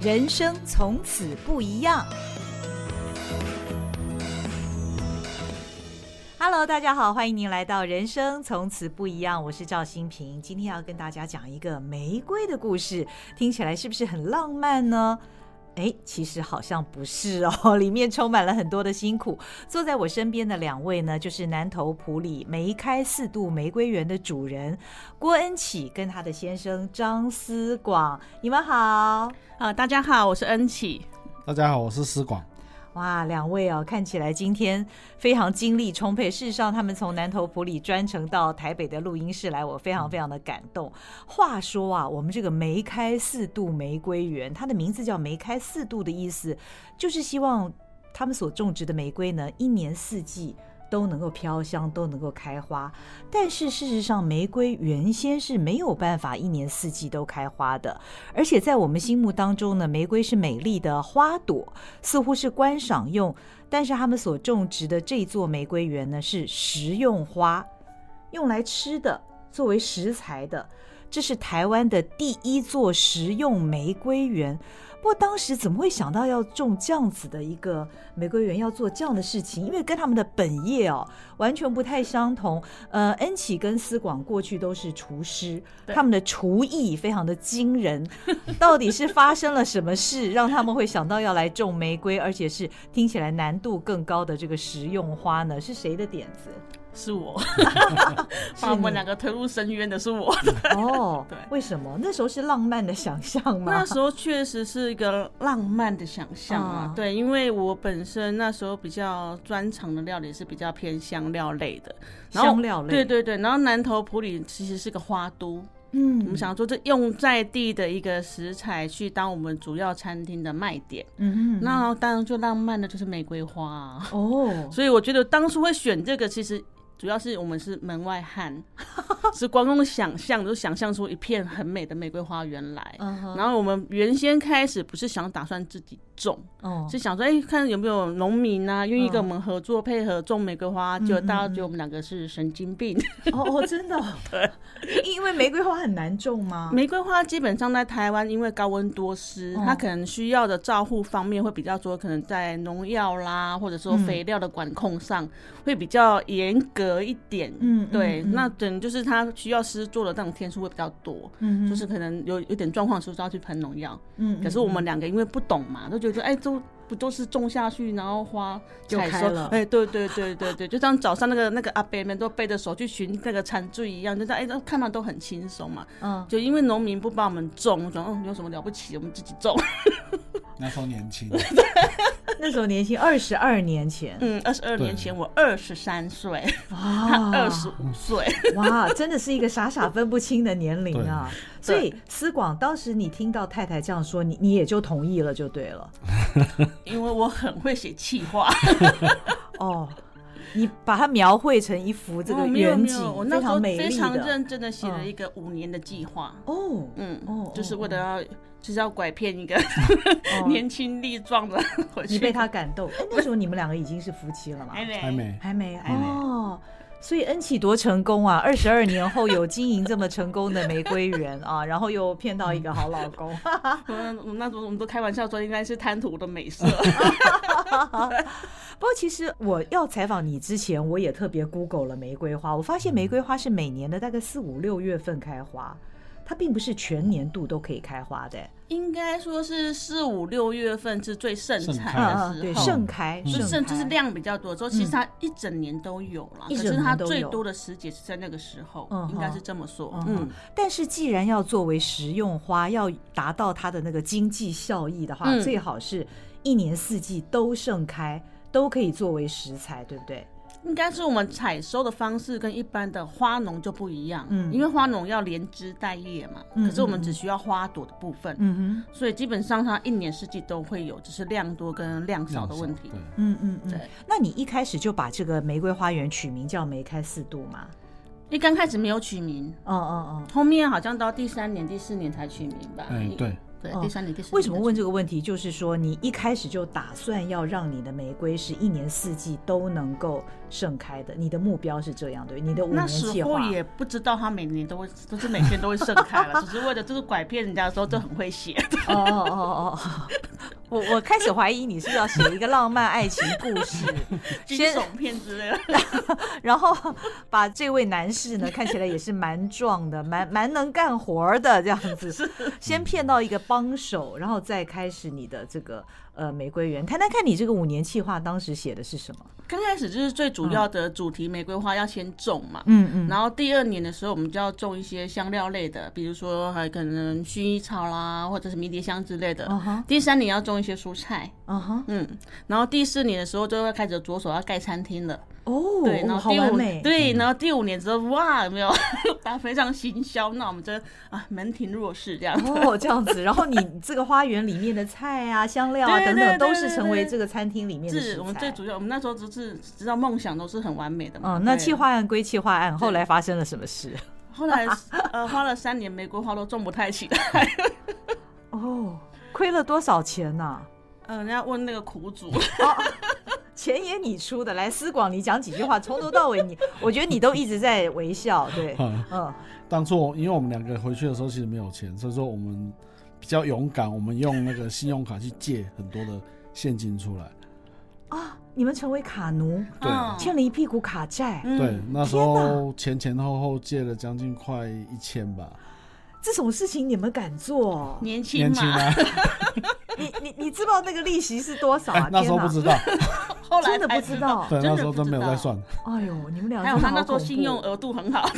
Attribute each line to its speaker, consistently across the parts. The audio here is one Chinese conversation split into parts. Speaker 1: 人生从此不一样。Hello，大家好，欢迎您来到《人生从此不一样》，我是赵新平。今天要跟大家讲一个玫瑰的故事，听起来是不是很浪漫呢？哎，其实好像不是哦， 里面充满了很多的辛苦。坐在我身边的两位呢，就是南投埔里梅开四度玫瑰园的主人郭恩启跟他的先生张思广，你们好。
Speaker 2: 呃，大家好，我是恩启。
Speaker 3: 大家好，我是思广。
Speaker 1: 哇，两位哦，看起来今天非常精力充沛。事实上，他们从南投埔里专程到台北的录音室来，我非常非常的感动。话说啊，我们这个梅开四度玫瑰园，它的名字叫梅开四度的意思，就是希望他们所种植的玫瑰呢，一年四季。都能够飘香，都能够开花。但是事实上，玫瑰原先是没有办法一年四季都开花的。而且在我们心目当中呢，玫瑰是美丽的花朵，似乎是观赏用。但是他们所种植的这座玫瑰园呢，是食用花，用来吃的，作为食材的。这是台湾的第一座食用玫瑰园。不过当时怎么会想到要种这样子的一个玫瑰园，要做这样的事情？因为跟他们的本业哦完全不太相同。呃，恩启跟思广过去都是厨师，
Speaker 2: 对
Speaker 1: 他们的厨艺非常的惊人。到底是发生了什么事，让他们会想到要来种玫瑰，而且是听起来难度更高的这个食用花呢？是谁的点子？
Speaker 2: 是我，把我们两个推入深渊的是我。
Speaker 1: 哦
Speaker 2: 对，
Speaker 1: 为什么那时候是浪漫的想象吗？
Speaker 2: 那时候确实是一个浪漫的想象啊
Speaker 1: 啊，
Speaker 2: 对，因为我本身那时候比较专长的料理是比较偏香料类的，然后
Speaker 1: 香料类，
Speaker 2: 对，对对，然后南投埔里其实是个花都，
Speaker 1: 嗯，
Speaker 2: 我们，想说这用在地的一个食材去当我们主要餐厅的卖点，
Speaker 1: 嗯哼，
Speaker 2: 那当然最浪漫的就是玫瑰花、啊。
Speaker 1: 哦，
Speaker 2: 所以我觉得当初会选这个，其实主要是我们是门外汉， 是光用想象就想象出一片很美的玫瑰花园来。
Speaker 1: 嗯哼，
Speaker 2: 然后我们原先开始不是想打算自己种，
Speaker 1: 哦，
Speaker 2: 是想说，哎、看有没有农民啊愿意跟
Speaker 1: 嗯
Speaker 2: 我们合作配合种玫瑰花，
Speaker 1: 嗯
Speaker 2: 结果
Speaker 1: 嗯
Speaker 2: 大家
Speaker 1: 嗯
Speaker 2: 觉得我们两个是神经病。
Speaker 1: 哦哦，真的哦，因因为玫瑰花很难种吗？
Speaker 2: 玫瑰花基本上在台湾，因为高温多湿，
Speaker 1: 哦
Speaker 2: 它可能需要的照护方面会比较多，可能在农药啦，或者说
Speaker 1: 嗯
Speaker 2: 肥料的管控上、会比较严格一点。
Speaker 1: 嗯
Speaker 2: 对，
Speaker 1: 嗯嗯
Speaker 2: 那等就是它需要施作的那种天数会比较多。
Speaker 1: 嗯哼，
Speaker 2: 就是可能有有点状况的时候就要去喷农药，
Speaker 1: 嗯，嗯，
Speaker 2: 可是我们两个因为不懂嘛，都觉得哎，都不都是种下去，然后花
Speaker 1: 就
Speaker 2: 采
Speaker 1: 开
Speaker 2: 收
Speaker 1: 了
Speaker 2: 哎，对对对对 对，就像早上那个那个阿伯们都背着手去寻那个餐具一样，就是哎，那看到都很轻松嘛。
Speaker 1: 嗯，
Speaker 2: 就因为农民不帮我们种，我说嗯有什么了不起，我们自己 种。
Speaker 3: 那时候年轻，
Speaker 1: 嗯，那时候年轻，二十二年前
Speaker 2: 嗯，二十二年前我二十三岁，
Speaker 1: 啊
Speaker 2: 他嗯二十五岁。
Speaker 1: 哇，真的是一个傻傻分不清的年龄啊！所
Speaker 2: 对
Speaker 1: 以思广，当时你听到太太这样说，你你也就同意了，就对了。
Speaker 2: 因为我很会写气话，
Speaker 1: 哦，你把它描绘成一幅 这个
Speaker 2: 哦没有
Speaker 1: 远
Speaker 2: 没
Speaker 1: 景，
Speaker 2: 有，我那
Speaker 1: 非
Speaker 2: 时候
Speaker 1: 常美
Speaker 2: 非
Speaker 1: 丽
Speaker 2: 常
Speaker 1: 的。
Speaker 2: 认真的写了
Speaker 1: 嗯
Speaker 2: 一个五年的计划，
Speaker 1: 哦，
Speaker 2: 嗯，
Speaker 1: 哦
Speaker 2: 就是为了
Speaker 1: 哦
Speaker 2: 要就是要拐骗一个
Speaker 1: 哦
Speaker 2: 年轻力 壮的回去。
Speaker 1: 你被他感动。哎，那时候你们两个已经是夫妻了嘛？
Speaker 2: 还没
Speaker 3: 还没
Speaker 1: 还没
Speaker 3: 还没
Speaker 1: 哦。所以恩启多成功啊！二十二年后有经营这么成功的玫瑰园啊，然后又骗到一个好老公，
Speaker 2: 我们我们那时候我们都开玩笑说应该是贪图我的 美色，
Speaker 1: 不过，其实我要采访你之前，我也特别 Google 了玫瑰花。我发现玫瑰花是每年的大概四五六月份开花，它并不是全年度都可以开花的。
Speaker 2: 应该说是四五六月份是最盛
Speaker 3: 盛
Speaker 2: 产
Speaker 3: 开
Speaker 1: 嗯
Speaker 2: 的
Speaker 1: 嗯，
Speaker 2: 时
Speaker 1: 对，
Speaker 2: 候，
Speaker 1: 盛开，
Speaker 2: 就
Speaker 1: 盛开
Speaker 2: 是就是量比较多的时候，其实它一整年都有啦。
Speaker 1: 嗯一
Speaker 2: 可
Speaker 1: 整
Speaker 2: 是它
Speaker 1: 年都有
Speaker 2: 最多的时节是在那个时候
Speaker 1: 嗯，
Speaker 2: 应该
Speaker 1: 哼
Speaker 2: 是这么说。
Speaker 1: 嗯
Speaker 2: 嗯，，
Speaker 1: 但是既然要作为食用花，要达到它的那个经济效益的话，
Speaker 2: 嗯
Speaker 1: 最好是一年四季都盛开，都可以作为食材，对不对？
Speaker 2: 应该是我们采收的方式跟一般的花农就不一样，
Speaker 1: 嗯
Speaker 2: 因为花农要连枝带叶嘛，
Speaker 1: 嗯
Speaker 2: 可是我们只需要花朵的部分，
Speaker 1: 嗯哼，
Speaker 2: 所以基本上它一年四季都会有，只是量多跟量少的问题。
Speaker 3: 对，
Speaker 1: 嗯嗯嗯
Speaker 2: 对。
Speaker 1: 那你一开始就把这个玫瑰花园取名叫梅开四度吗？
Speaker 2: 因为刚开始没有取名，
Speaker 1: 嗯嗯嗯。
Speaker 2: 后面好像到第三年、第四年才取名吧。
Speaker 3: 哎，对，
Speaker 2: 对
Speaker 1: 哦，
Speaker 2: 第三年、第四年。
Speaker 1: 为什么问？这个问题？就是说，你一开始就打算要让你的玫瑰是一年四季都能够盛开的，你的目标是这样，对？你的五
Speaker 2: 那
Speaker 1: 年
Speaker 2: 时
Speaker 1: 计
Speaker 2: 候
Speaker 1: 划。
Speaker 2: 也不知道他每年都会，都是每天都会盛开了， 只是为了就是拐骗人家说这很会写。
Speaker 1: 哦哦哦 哦！我我开始怀疑你是要写一个浪漫爱情故事，
Speaker 2: 惊
Speaker 1: 先
Speaker 2: 悚片之类的。
Speaker 1: 然后把这位男士呢看起来也是蛮壮的，蛮蛮能干活儿的这样 子，先骗到一个帮手，然后再开始你的这个呃玫瑰园。谈谈看你这个五年计划当时写的是什么？
Speaker 2: 刚开始就是最主要的主题玫瑰花要先种嘛，
Speaker 1: 嗯嗯，
Speaker 2: 然后第二年的时候我们就要种一些香料类的，比如说还可能薰衣草啦，或者是迷迭香之类的。
Speaker 1: 嗯哼，
Speaker 2: 第三年要种一些蔬菜，
Speaker 1: 嗯哼，
Speaker 2: 嗯，然后第四年的时候就会开始着手要盖餐厅了，
Speaker 1: 哦，
Speaker 2: 对，然
Speaker 1: 好
Speaker 2: 后第
Speaker 1: 完
Speaker 2: 五
Speaker 1: 美，嗯
Speaker 2: 对，然后第五年之后哇，有没 有大家非常行销，那我们就啊门庭若市这样。
Speaker 1: 哦， 这样子，然后你这个花园里面的菜啊、香料啊
Speaker 2: 对
Speaker 1: 等
Speaker 2: 对
Speaker 1: 等，
Speaker 2: 对
Speaker 1: 都是
Speaker 2: 对
Speaker 1: 成为
Speaker 2: 对
Speaker 1: 这个餐厅里面的食
Speaker 2: 是
Speaker 1: 材。啊
Speaker 2: 我们最主要，我们那时候只是知道梦想都是很完美的嘛。
Speaker 1: 嗯，那
Speaker 2: 对
Speaker 1: 企划案归企划案，后来发生了什么 事？
Speaker 2: 后来呃花了三年，玫瑰花都种不太起来。
Speaker 1: 哦，亏了多少钱呐、
Speaker 2: 嗯，人家问那个苦主，
Speaker 1: 钱也你出的，来思广，你讲几句话，从头到尾你，我觉得你都一直在微笑，对，
Speaker 3: 哈
Speaker 1: 嗯，
Speaker 3: 当初因为我们两个回去的时候其实没有钱，所以说我们比较勇敢，我们用那个信用卡去借很多的现金出来。
Speaker 1: 你们成为卡奴，
Speaker 3: 对
Speaker 2: 嗯
Speaker 1: 欠了一屁股卡债，
Speaker 2: 嗯
Speaker 3: 对，那时候前前后后借了将近快一千吧，
Speaker 1: 这种事情你们敢做？
Speaker 2: 年轻
Speaker 3: 年轻
Speaker 2: 嘛，
Speaker 3: 啊，
Speaker 1: 你你你知道那个利息是多少 啊
Speaker 3: 哎？那时候
Speaker 1: 天哪
Speaker 3: 不知道，
Speaker 2: 后来
Speaker 1: 真的
Speaker 2: 才
Speaker 1: 不知。道，
Speaker 3: 对，
Speaker 2: 真的
Speaker 3: 那时候
Speaker 2: 不知
Speaker 3: 真没有
Speaker 2: 道
Speaker 3: 在算。
Speaker 1: 哎呦，你们俩
Speaker 2: 还有
Speaker 1: 真的
Speaker 2: 他
Speaker 1: 好
Speaker 2: 那时候
Speaker 1: 恐
Speaker 2: 信
Speaker 1: 怖
Speaker 2: 用额度很 好，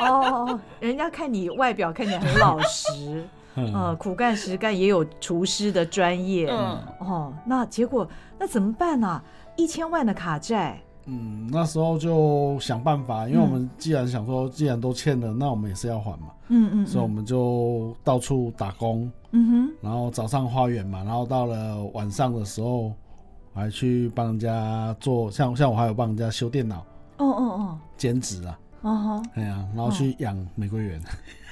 Speaker 1: 哦哦，哦人家看你外表看起来很老实，呃，
Speaker 2: 哦
Speaker 3: 嗯，
Speaker 1: 苦干实干，也有厨师的专业，
Speaker 2: 嗯，
Speaker 1: 哦，那结果那怎么办呢、啊一千万的卡债，
Speaker 3: 嗯，那时候就想办法，因为我们
Speaker 2: 嗯
Speaker 3: 既然想说，既然都欠了，那我们也是要还嘛，
Speaker 1: 嗯嗯，
Speaker 3: 所以我们就到处打工，
Speaker 1: 嗯
Speaker 3: 然后早上花园嘛，然后到了晚上的时候，我还去帮人家做，像像我还有帮人家修电脑
Speaker 1: 哼，哦哦
Speaker 3: 兼职啊，
Speaker 1: 哦，哦吼，
Speaker 3: 哎呀、然后去养玫瑰园，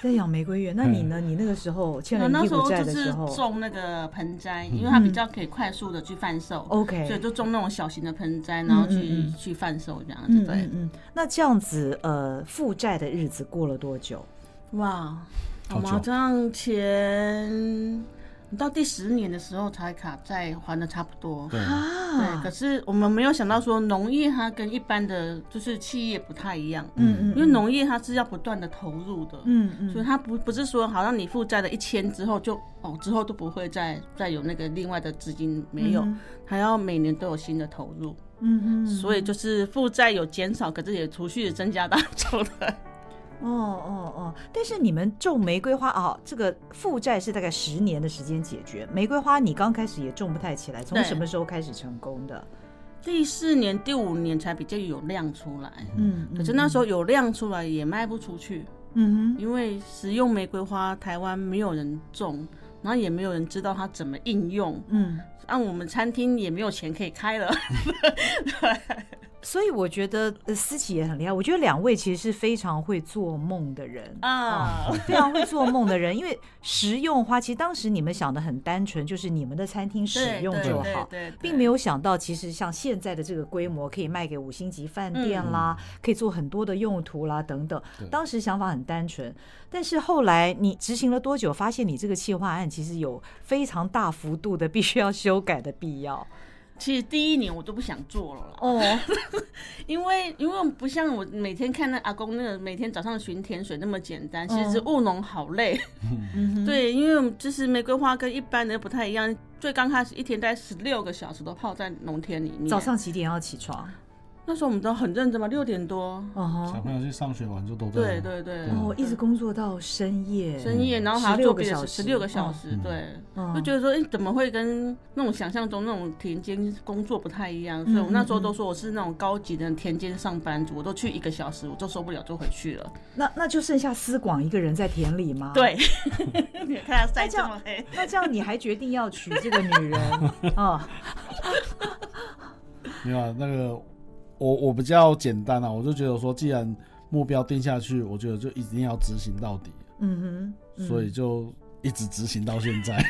Speaker 1: 在养玫瑰园，那你呢？你那个时候欠了
Speaker 2: 那
Speaker 1: 一屁
Speaker 2: 时
Speaker 1: 股
Speaker 2: 候
Speaker 1: 债
Speaker 2: 就
Speaker 1: 的时
Speaker 2: 是
Speaker 1: 候嗯
Speaker 2: 种那个盆栽，因为它比较可以快速的去贩售，所以
Speaker 1: ，OK，
Speaker 2: 就种那种小型的盆栽，然后
Speaker 1: 嗯嗯
Speaker 2: 去
Speaker 1: 嗯
Speaker 2: 去贩售这样
Speaker 1: 嗯
Speaker 2: 子。
Speaker 1: 嗯
Speaker 2: 对，
Speaker 1: 嗯，那这样子呃，负债的日子过了多久？
Speaker 2: 哇，我
Speaker 3: 好
Speaker 2: 们
Speaker 3: 久
Speaker 2: 好像前到第十年的时候才卡债还的差不多。
Speaker 3: 对，
Speaker 1: 啊
Speaker 2: 对，可是我们没有想到说农业它跟一般的就是企业不太一样，
Speaker 1: 嗯嗯，
Speaker 2: 因为农业它是要不断的投入的，
Speaker 1: 嗯嗯
Speaker 2: 所以它不不是说好像你负债了一千之后就哦之后都不会再再有那个另外的资金没有，
Speaker 1: 嗯
Speaker 2: 还要每年都有新的投入，
Speaker 1: 嗯嗯，
Speaker 2: 所以就是负债有减少，可是也持续地增加当中的。
Speaker 1: 哦哦哦，但是你们种玫瑰花啊，这个负债是大概十年的时间解决。玫瑰花你刚开始也种不太起来，从
Speaker 2: 对
Speaker 1: 什么时候开始成功的？
Speaker 2: 第四年、第五年才比较有量出来，
Speaker 1: 嗯，
Speaker 2: 可是那时候有量出来也卖不出去，
Speaker 1: 嗯哼，
Speaker 2: 因为食用玫瑰花台湾没有人种，然后也没有人知道它怎么应用，
Speaker 1: 嗯，
Speaker 2: 按我们餐厅也没有钱可以 开了。
Speaker 1: 所以我觉得呃思琪也很厉害。我觉得两位其实是非常会做梦的人
Speaker 2: 啊，
Speaker 1: 非常会做梦的人，因为食用花其实当时你们想的很单纯，就是你们的餐厅使
Speaker 2: 对
Speaker 1: 用
Speaker 2: 对
Speaker 1: 就
Speaker 2: 对
Speaker 1: 好。
Speaker 2: 对对
Speaker 1: 并没有想到，其实像现在的这个规模，可以卖给五星级饭店啦，可以做很多的用途啦，等等。
Speaker 3: 嗯对
Speaker 1: 当时想法很单纯，但是后来你执行了多久，发现你这个企划案其实有非常大幅度的 必须要修改的必要。
Speaker 2: 其实第一年我都不想做了啦，
Speaker 1: 哦，
Speaker 2: 因为因为不像我每天看那阿公那个每天早上巡甜水那么简
Speaker 1: 嗯
Speaker 2: 单，其实务农好累。对，因为我们就是玫瑰花跟一般的不太一样，最刚开始一天大概十六个小时都泡在农田里面。
Speaker 1: 早上几点要起床？
Speaker 2: 那时候我们都很认真嘛，六点多。
Speaker 1: 哦吼
Speaker 3: 小朋友去上嗯学完就都在
Speaker 2: 对
Speaker 3: 了，
Speaker 2: 对对，
Speaker 1: 哦，嗯一直工作到深夜。
Speaker 2: 深夜，然后还要做别
Speaker 1: 16个小
Speaker 2: 的
Speaker 1: 时
Speaker 2: 十六个小时，
Speaker 3: 嗯
Speaker 2: 对，
Speaker 1: 嗯
Speaker 2: 就觉得说，哎、怎么会跟那种想象中那种田间工作不太一样？所以我那时候都说我是那种高级的田间上班族，我都去一个小时，我就受不了，就回去了。
Speaker 1: 那那就剩下思广一个人在田里吗？。
Speaker 2: 对， 你看他晒这么黑，
Speaker 1: 那这样你还决定要娶这个女人 啊？
Speaker 3: 没有啊那个我我比较简单啊，我就觉得说，既然目标定下去，我觉得就一定要执行到底，
Speaker 1: 嗯哼，
Speaker 3: 所以
Speaker 1: 嗯
Speaker 3: 就一直执行到现在。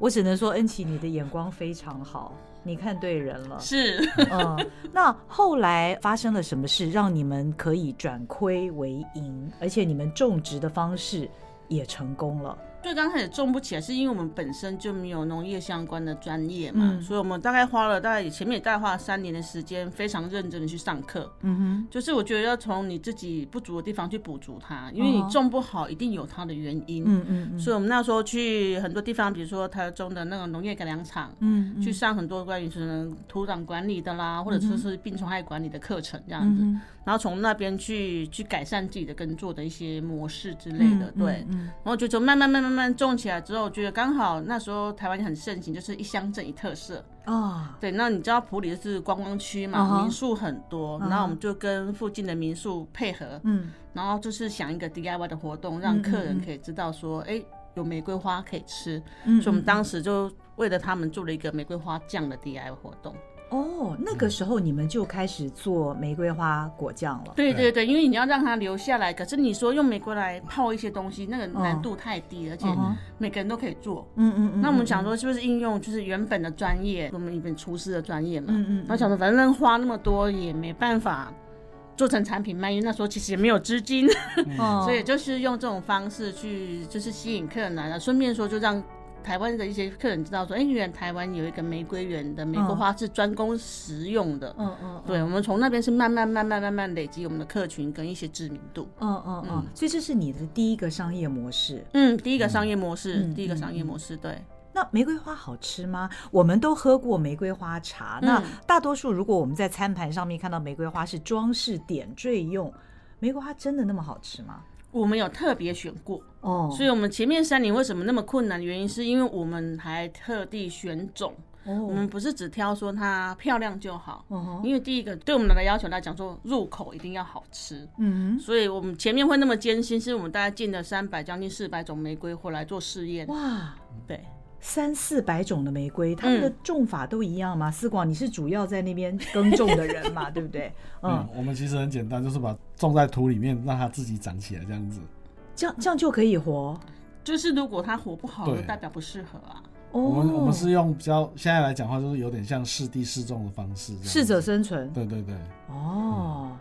Speaker 1: 我只能说恩琪你的眼光非常好，你看对人了。
Speaker 2: 是，
Speaker 1: 嗯，那后来发生了什么事，让你们可以转亏为盈，而且你们种植的方式也成功了？
Speaker 2: 最刚开始种不起来，是因为我们本身就没有农业相关的专业嘛，
Speaker 1: 嗯
Speaker 2: 所以我们大概花了大概前面也大概花了三年的时间，非常认真的去上课。
Speaker 1: 嗯
Speaker 2: 就是我觉得要从你自己不足的地方去补足它，因为你
Speaker 1: 哦
Speaker 2: 种不好一定有它的原因。
Speaker 1: 哼，嗯嗯嗯，
Speaker 2: 所以我们那时候去很多地方，比如说台中的那个农业改良场，
Speaker 1: 嗯
Speaker 2: 去上很多关于什么土壤管理的啦，或者说是病虫害管理的课程这样子，
Speaker 1: 嗯
Speaker 2: 然后从那边去去改善自己的耕作的一些模式之
Speaker 1: 哼
Speaker 2: 类的，
Speaker 1: 嗯
Speaker 2: 对。
Speaker 1: 嗯
Speaker 2: 然后就就慢慢慢慢慢种起来之后，我觉得刚好那时候台湾也很盛行，就是一乡镇一特色。
Speaker 1: 嗯啊，
Speaker 2: 对，那你知道普里是观光区嘛
Speaker 1: 嗯哼
Speaker 2: 民宿很多，
Speaker 1: 嗯
Speaker 2: 然后我们就跟附近的民宿配合，
Speaker 1: 嗯
Speaker 2: 然后就是想一个 DIY 的活动，
Speaker 1: 嗯
Speaker 2: 让
Speaker 1: 嗯
Speaker 2: 客人
Speaker 1: 嗯
Speaker 2: 可以知道说，哎、有玫瑰花可以吃，
Speaker 1: 嗯，
Speaker 2: 所以我们
Speaker 1: 嗯
Speaker 2: 当时就为了他们做了一个玫瑰花酱的 DIY 活动。
Speaker 1: 哦，那个时候你们就开始做玫瑰花果酱了。
Speaker 2: 对
Speaker 3: 对
Speaker 2: 对对，因为你要让它留下来，可是你说用玫瑰来泡一些东西，那个难度太低，而且
Speaker 1: 嗯哼
Speaker 2: 每个人都可以做。
Speaker 1: 嗯嗯嗯，
Speaker 2: 那我们想
Speaker 1: 讲，
Speaker 2: 说，是不是应用就是原本的专业，我们原本厨师的专业嘛？
Speaker 1: 嗯嗯嗯
Speaker 2: 然后想说，反正花那么多也没办法做成产品卖，因为那时候其实也没有资金，
Speaker 1: 哦
Speaker 2: 所以就是用这种方式去就是吸引客人来了，顺便说就让。台湾的一些客人知道说，哎、原来台湾有一个玫瑰园的玫瑰花是专攻食用的，
Speaker 1: 嗯嗯，
Speaker 2: 对，我们从那边是慢慢慢慢慢慢累积我们的客群跟一些知名度。
Speaker 1: 嗯嗯嗯，所以这是你的第一个商业模式。
Speaker 2: 嗯，第一个商业模式，
Speaker 1: 嗯
Speaker 2: 第一个
Speaker 1: 嗯
Speaker 2: 商业
Speaker 1: 嗯
Speaker 2: 模式，对，
Speaker 1: 那玫瑰花好吃吗？我们都喝过玫瑰花茶。那
Speaker 2: 嗯
Speaker 1: 大多数如果我们在餐盘上面看到玫瑰花是装饰点缀用，玫瑰花真的那么好吃吗？
Speaker 2: 我们有特别选过，
Speaker 1: 哦，
Speaker 2: 所以我们前面三年为什么那么困难？原因是因为我们还特地选种，我
Speaker 1: 哦，
Speaker 2: 们不是只挑说它漂亮就好，
Speaker 3: 哦
Speaker 1: 嗯哼
Speaker 2: 因为第一个对我们的要求来讲说入口一定要好吃，
Speaker 1: 嗯哼，
Speaker 2: 所以我们前面会那么艰辛，是我们大概进了三百将近四百种玫瑰回来做试验，
Speaker 3: 哦
Speaker 1: 哇，
Speaker 2: 对，
Speaker 1: 三四百种的玫瑰，它们的种法都一样吗？
Speaker 3: 嗯
Speaker 1: 思广，你是主要在那边耕种的人 嘛，对不对？嗯
Speaker 3: 嗯，，我们其实很简单，就是把种在土里面，让它自己长起来这样子。
Speaker 1: 这样这样就可以活
Speaker 2: 就是如果它活不好，
Speaker 3: 对
Speaker 2: 就代表不适合啊。
Speaker 1: 哦。
Speaker 3: 我们我们是用比较现在来讲话，就是有点像适地适种的方式这样子。
Speaker 1: 适者生存，
Speaker 3: 对嗯对对，
Speaker 1: 哦。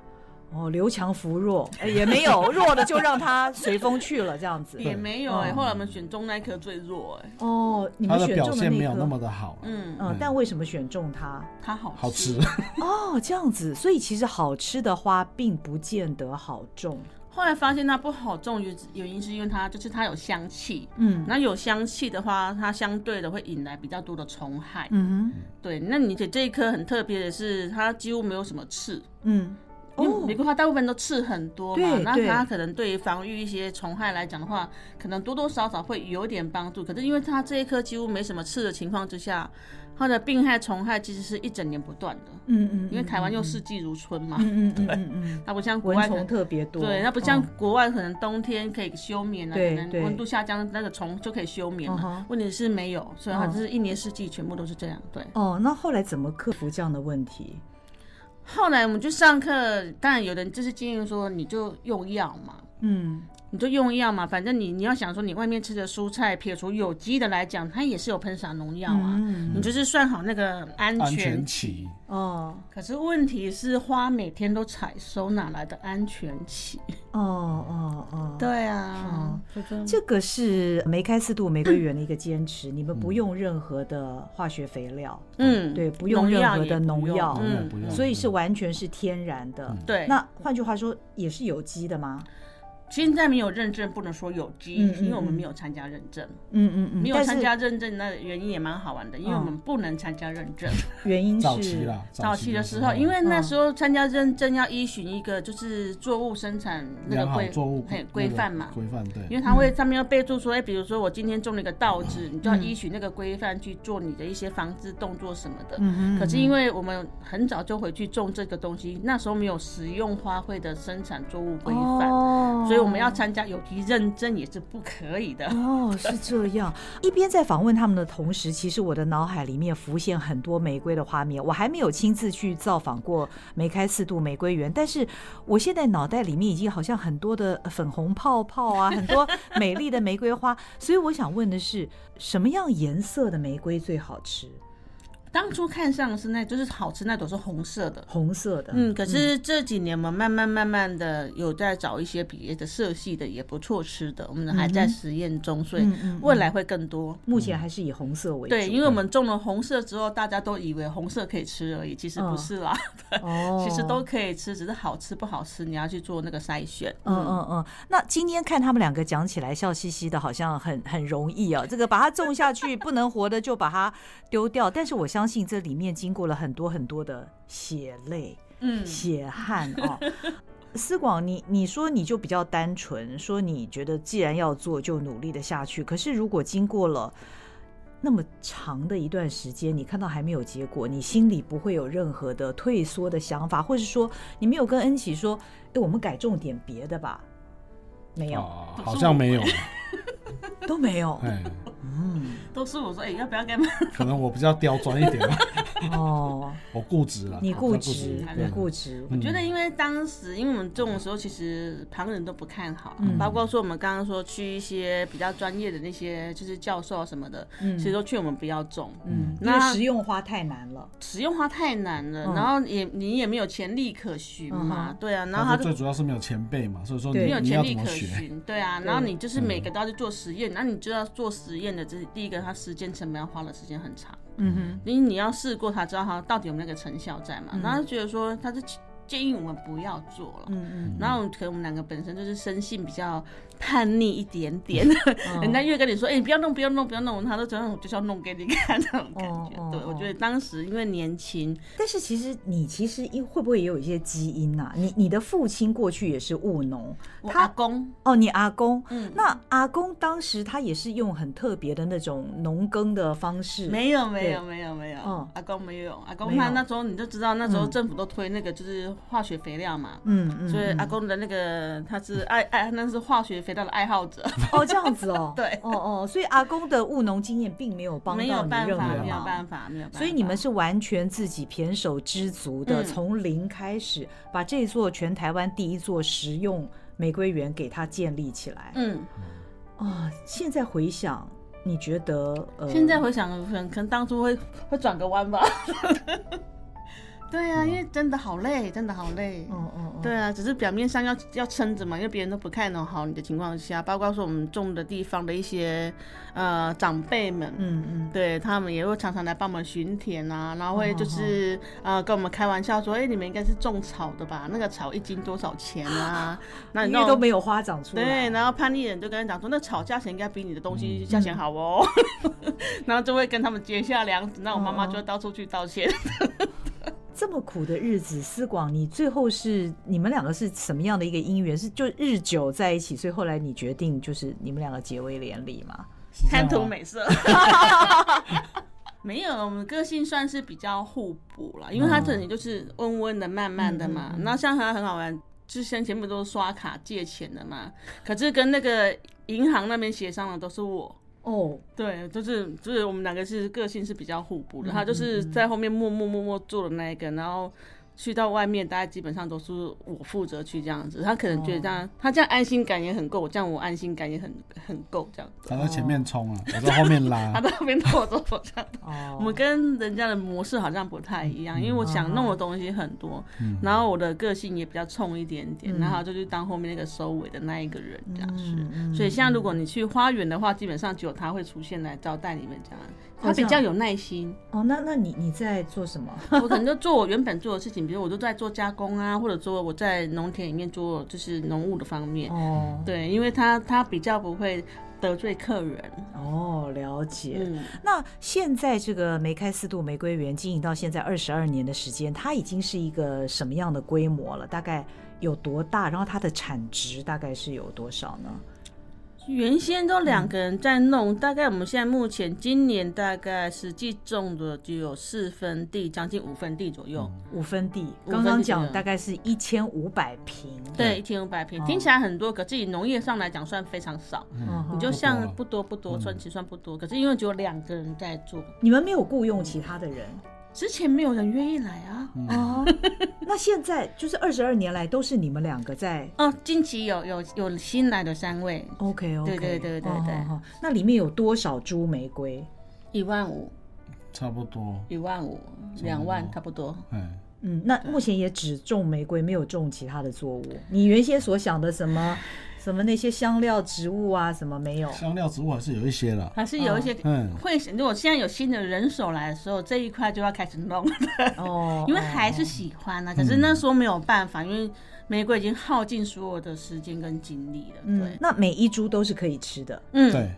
Speaker 1: 哦，留强扶弱，哎也没有弱的就让它随风去了，这样子。
Speaker 2: 也没有哎、
Speaker 3: 哦
Speaker 1: 嗯
Speaker 2: 后来我们选中那一颗最弱哎、
Speaker 1: 哦，你
Speaker 3: 它
Speaker 1: 们
Speaker 3: 的
Speaker 1: 选
Speaker 3: 表
Speaker 1: 中的
Speaker 3: 现没
Speaker 1: 那
Speaker 3: 有
Speaker 1: 颗，
Speaker 3: 那么的好了，
Speaker 2: 嗯，
Speaker 1: 嗯
Speaker 3: 嗯，
Speaker 1: 但为什么选中它？
Speaker 2: 它好
Speaker 3: 好吃。
Speaker 1: 哦，这样子，所以其实好吃的花并不见得好种。
Speaker 2: 后来发现它不好种，原原因是因为它就是它有香气，
Speaker 1: 嗯
Speaker 2: 那有香气的话，它相对的会引来比较多的虫害。
Speaker 1: 嗯
Speaker 2: 对，那你且这一颗很特别的是，它几乎没有什么刺。
Speaker 1: 哼嗯，
Speaker 2: 因为
Speaker 1: 哦
Speaker 2: 玫，瑰花大部分都刺很多嘛，
Speaker 1: 对
Speaker 2: 那
Speaker 1: 对
Speaker 2: 它可能对于防御一些虫害来讲的话，可能多多少少会有点帮助。可是因为它这一颗几乎没什么刺的情况之下，它的病害虫害其实是一整年不断的，
Speaker 1: 嗯嗯，
Speaker 2: 因为台湾又
Speaker 1: 嗯
Speaker 2: 四季如春嘛，
Speaker 1: 嗯嗯嗯嗯嗯，
Speaker 2: 它不像国
Speaker 1: 蚊
Speaker 2: 外可能
Speaker 1: 虫特别多。
Speaker 2: 对，那不像
Speaker 1: 嗯
Speaker 2: 国外可能冬天可以休眠啊，
Speaker 1: 对
Speaker 2: 可
Speaker 1: 对
Speaker 2: 能温度下降，那个虫就可以休
Speaker 1: 嗯
Speaker 2: 眠了、
Speaker 1: 哼
Speaker 2: 问题是没有，所以它
Speaker 1: 嗯
Speaker 2: 就是一年四季全部都是这样。对，
Speaker 1: 哦，那后来怎么克服这样的问题？
Speaker 2: 后来我们就上课，当然有人就是建议说，你就用药嘛。
Speaker 1: 嗯，
Speaker 2: 你就用药嘛，反正你你要想说，你外面吃的蔬菜，撇除有机的来讲，它也是有喷洒农药啊、
Speaker 1: 嗯
Speaker 2: 你就是算好那个安全。
Speaker 3: 安全期，
Speaker 1: 哦
Speaker 2: 可是问题是，花每天都采收，哪来的安全期？
Speaker 1: 哦哦哦，
Speaker 2: 对啊，就这样
Speaker 1: 这个是梅开四度玫瑰园的一个坚持，你们不用任何的化学肥料，
Speaker 2: 嗯，
Speaker 1: 对不用
Speaker 2: 农
Speaker 1: 任
Speaker 2: 药
Speaker 1: 何
Speaker 2: 也
Speaker 1: 的
Speaker 2: 不
Speaker 1: 农
Speaker 2: 用
Speaker 1: 药
Speaker 3: 不用
Speaker 2: 嗯
Speaker 3: 不用
Speaker 1: 所以是完全是天然的。
Speaker 2: 对，
Speaker 1: 那换句话说，也是有机的吗？
Speaker 2: 现在没有认证，不能说有机，
Speaker 1: 嗯嗯
Speaker 2: 因为我们
Speaker 1: 嗯
Speaker 2: 没有参加认证，
Speaker 1: 嗯嗯嗯
Speaker 2: 没有
Speaker 1: 但
Speaker 2: 参
Speaker 1: 是
Speaker 2: 加认证，那原因也蛮好玩的，因为
Speaker 1: 嗯
Speaker 2: 我们不能参加认证。
Speaker 1: 原因
Speaker 3: 早期
Speaker 1: 是
Speaker 3: 啦，
Speaker 2: 早期
Speaker 3: 啊
Speaker 2: 的时候，因为
Speaker 1: 嗯
Speaker 2: 那时候参加认证要依循一个就是作物生产那个
Speaker 3: 良好
Speaker 2: 规
Speaker 3: 作物
Speaker 2: 嘿规范嘛
Speaker 3: 那个。规范对
Speaker 2: 因，为它会上面要备注说，哎、比如说我今天种了一个稻子，你就要依循那个规范去做你的一些防治动作什么的。
Speaker 1: 嗯
Speaker 2: 可是因为我们很早就回去种这个东西，那时候没有食用花卉的生产作物规范，
Speaker 1: 哦
Speaker 2: 所以我们要参加有机认证也是不可以的。
Speaker 1: 哦，是这样。 一边在访问他们的同时，其实我的脑海里面浮现很多玫瑰的画面。我还没有亲自去造访过梅开四度玫瑰园，但是我现在脑袋里面已经好像很多的粉红泡泡啊，很多美丽的玫瑰花。所以我想问的是，什么样颜色的玫瑰最好吃？
Speaker 2: 当初看上的是那，就是好吃那朵是红色的。
Speaker 1: 红色的，
Speaker 2: 嗯，可是这几年我们慢慢慢慢的有在找一些别的色系的也不错吃的，我们还在实验中，所以
Speaker 1: 嗯嗯嗯
Speaker 2: 未来会更多。
Speaker 1: 目前还是以红色为主。
Speaker 2: 对，因为我们种了红色之后，大家都以为红色可以吃而已，其实不是啦，
Speaker 1: 嗯 哦，
Speaker 2: 其实都可以吃，只是好吃不好吃你要去做那个筛选。
Speaker 1: 嗯嗯嗯，那今天看他们两个讲起来笑嘻嘻的，好像很很容易哦。这个把它种下去，不能活的就把它丢掉。但是我相信这里面经过了很多很多的血泪、
Speaker 2: 嗯，
Speaker 1: 血汗 哦。思广，你你说你就比较单纯，说你觉得既然要做，就努力的下去。可是如果经过了那么长的一段时间，你看到还没有结果，你心里不会有任何的退缩的想法，或是说你没有跟恩琪说，哎，我们改重点别的吧？没有，
Speaker 3: 啊，好像没有，
Speaker 1: 都没有。
Speaker 3: 哎，
Speaker 1: 嗯，
Speaker 2: 都是我说，哎、要不要给他们？
Speaker 3: 可能我比较刁钻一点吧，
Speaker 1: 哦，
Speaker 3: 我固执了，
Speaker 1: 你
Speaker 3: 我
Speaker 1: 固
Speaker 3: 比较
Speaker 1: 执，
Speaker 2: 还
Speaker 1: 你
Speaker 3: 对
Speaker 1: 固执，
Speaker 3: 嗯
Speaker 2: 我觉得，因为当时因为我们种的时候，其实旁人都不看好，啊
Speaker 1: 嗯
Speaker 2: 包括说我们刚刚说去一些比较专业的那些就是教授啊什么的，
Speaker 1: 嗯
Speaker 2: 其实都劝我们不要种，
Speaker 1: 嗯，因为
Speaker 2: 那
Speaker 1: 食用花太难了。
Speaker 2: 使用花太难了，
Speaker 1: 嗯
Speaker 2: 然后也你也没有潜力可循嘛，
Speaker 1: 嗯哼
Speaker 2: 对啊，然
Speaker 3: 然
Speaker 2: 后
Speaker 3: 后
Speaker 2: 他就
Speaker 3: 最主要是没有前辈嘛，所以说
Speaker 1: 对
Speaker 3: 你
Speaker 2: 没有
Speaker 3: 你
Speaker 2: 潜
Speaker 3: 要
Speaker 2: 力
Speaker 3: 怎么
Speaker 2: 可
Speaker 3: 学？
Speaker 2: 循，对啊，然后你就是
Speaker 3: 嗯
Speaker 2: 每个都要去做实验，那你就要做实验的，这是第一个，它时间成本要花的时间很长，
Speaker 1: 嗯哼，
Speaker 2: 因为你要试过才知道它到底有没有那个成效在嘛，然后就觉得说他就建议我们不要做了。
Speaker 1: 嗯
Speaker 2: 然后可能我们两个本身就是生性比较叛逆一点点，
Speaker 1: 嗯，
Speaker 2: 人家越跟你说，哎、你不要弄，不要弄，不要弄，他都觉得嗯我就是要弄给你看那种感觉。
Speaker 1: 哦哦
Speaker 2: 对，我
Speaker 1: 哦
Speaker 2: 觉得当时因为年轻，
Speaker 1: 但是其实你其实因会不会也有一些基因呐、你你的父亲过去也是务农，
Speaker 2: 我
Speaker 1: 他
Speaker 2: 阿公
Speaker 1: 哦，你阿公，
Speaker 2: 嗯
Speaker 1: 那阿公当时他也是用很特别的那种农耕的方式，
Speaker 2: 没有没
Speaker 1: 对
Speaker 2: 有没有没有
Speaker 1: 嗯，
Speaker 2: 阿公没有，阿
Speaker 1: 没
Speaker 2: 公
Speaker 1: 有
Speaker 2: 他那时候你就知道，那时候
Speaker 1: 嗯
Speaker 2: 政府都推那个就是化学肥料嘛。
Speaker 1: 嗯嗯，
Speaker 2: 所以
Speaker 1: 嗯
Speaker 2: 阿公的那个他是爱爱那是化学肥料的爱好者，
Speaker 1: 哦这样子 哦，
Speaker 2: 对
Speaker 1: 哦哦，所以阿公的务农经验并没有帮到
Speaker 2: 没
Speaker 1: 你
Speaker 2: 有办
Speaker 1: 任
Speaker 2: 法，
Speaker 1: 何
Speaker 2: 没有
Speaker 1: 忙。
Speaker 2: 办法，没有办法。
Speaker 1: 所以你们是完全自己胼手知足的，
Speaker 2: 嗯
Speaker 1: 从零开始把这座全台湾第一座食用玫瑰园给它建立起来。
Speaker 2: 嗯，
Speaker 1: 哦，现在回想，你觉得呃，
Speaker 2: 现在回想可能可能当初会会转个弯吧。 对啊，因为真的好累，真的好累。
Speaker 1: 嗯嗯嗯，
Speaker 2: 对啊，只是表面上要要撑着嘛，因为别人都不看哦好你的情况下，包括说我们种的地方的一些呃长辈们，
Speaker 1: 嗯嗯。
Speaker 2: 对他们也会常常来帮我们巡田啊，然后会就是
Speaker 1: 哦
Speaker 2: 啊、呃跟我们开玩笑说，哎、你们应该是种草的吧？那个草一斤多少钱啊？ 那你
Speaker 1: 因
Speaker 2: 那
Speaker 1: 为
Speaker 2: 种
Speaker 1: 都没有花长出来。
Speaker 2: 对，然后叛逆人就跟他讲说，那草价钱应该比你的东西价钱好哦，
Speaker 1: 嗯
Speaker 2: 然后就会跟他们结下梁子。那我妈
Speaker 1: 哦
Speaker 2: 妈就会到处去道歉。
Speaker 1: 这么苦的日子，思广，你最后是你们两个是什么样的一个姻缘？是就日久在一起，所以后来你决定就是你们两个结为连理嘛？
Speaker 3: 是这
Speaker 2: 贪
Speaker 3: 样吗
Speaker 2: 图美色。啊 没有，我们个性算是比较互补了，因为他这里就是温温的、慢慢的嘛。那像他很好玩，之前前面都是刷卡借钱的嘛，可是跟那个银行那边协商的都是我。
Speaker 1: 哦，
Speaker 2: 对，就是就是我们两个是个性是比较互补的，他就是在后面默默默默做的那一个，然后去到外面，大家基本上都是我负责去这样子，他可能觉得这样，他这样安心感也很够，这样我安心感也很很够这样子，
Speaker 3: 他在前面冲啊，我在后面
Speaker 2: 哦 他
Speaker 3: 拉，
Speaker 2: 到后面跟我走这样。
Speaker 1: 哦，
Speaker 2: 我们跟人家的模式好像不太一样，因为我想弄的东西很多，然后我的个性也比较冲一点点，然后就去当后面那个收尾的那一个人这样子。所以像如果你去花园的话，基本上只有他会出现来招待你们这样，他比较有耐心。
Speaker 1: 哦，那那你你在做什 么？
Speaker 2: 我可能就做我原本做的事情，比如我就在做加工啊，或者说我在农田里面做就是农务的方面。
Speaker 1: 哦
Speaker 2: 对，因为他他比较不会得罪客人。
Speaker 1: 哦，了解。
Speaker 2: 嗯。
Speaker 1: 那现在这个梅开四度玫瑰园经营到现在二十二年的时间，它已经是一个什么样的规模了？大概有多大？然后它的产值大概是有多少呢？
Speaker 2: 原先都
Speaker 1: 嗯
Speaker 2: 两个人在弄，大概我们现在目前今年大概实际种的就有四分地，将近五分地左右。
Speaker 1: 五分地，
Speaker 2: 五分地嗯
Speaker 1: 刚刚讲
Speaker 2: 对
Speaker 1: 大概是一千五百平，
Speaker 2: 对，一千五百平，
Speaker 1: 哦
Speaker 2: 听起来很多，可是以农业上来讲算非常少。
Speaker 1: 嗯哼
Speaker 2: 你就
Speaker 3: 不多
Speaker 2: 像
Speaker 3: 啊
Speaker 2: 不多不多，算起算不多，可是因为只有两个人在做，
Speaker 1: 你们没有雇佣其他的人
Speaker 2: 之前没有人愿意来啊。
Speaker 1: 哦，那现在就是二十二年来都是你们两个在。
Speaker 2: 哦，近期有有有新来的三位，
Speaker 1: OK OK，
Speaker 2: 对对对对对
Speaker 1: 哦那里面有多少株玫瑰？
Speaker 2: 一万五、
Speaker 3: 差不多，
Speaker 2: 一万五、两万差不多。
Speaker 3: 哎，
Speaker 1: 嗯，那目前也只种玫瑰，没有种其他的作物。你原先所想的什么什么那些香料植物啊，什么没有？
Speaker 3: 香料植物还是有一些啦，
Speaker 2: 还是有一些
Speaker 1: 啊
Speaker 3: 嗯
Speaker 2: 会，如果现在有新的人手来的时候，这一块就要开始弄，
Speaker 1: 哦，嗯
Speaker 2: 因为还是喜欢啊。可是那时候没有办法，因为玫瑰已经耗尽所有的时间跟精力了。
Speaker 1: 嗯
Speaker 2: 对，，
Speaker 1: 那每一株都是可以吃的
Speaker 2: 嗯，
Speaker 3: 对，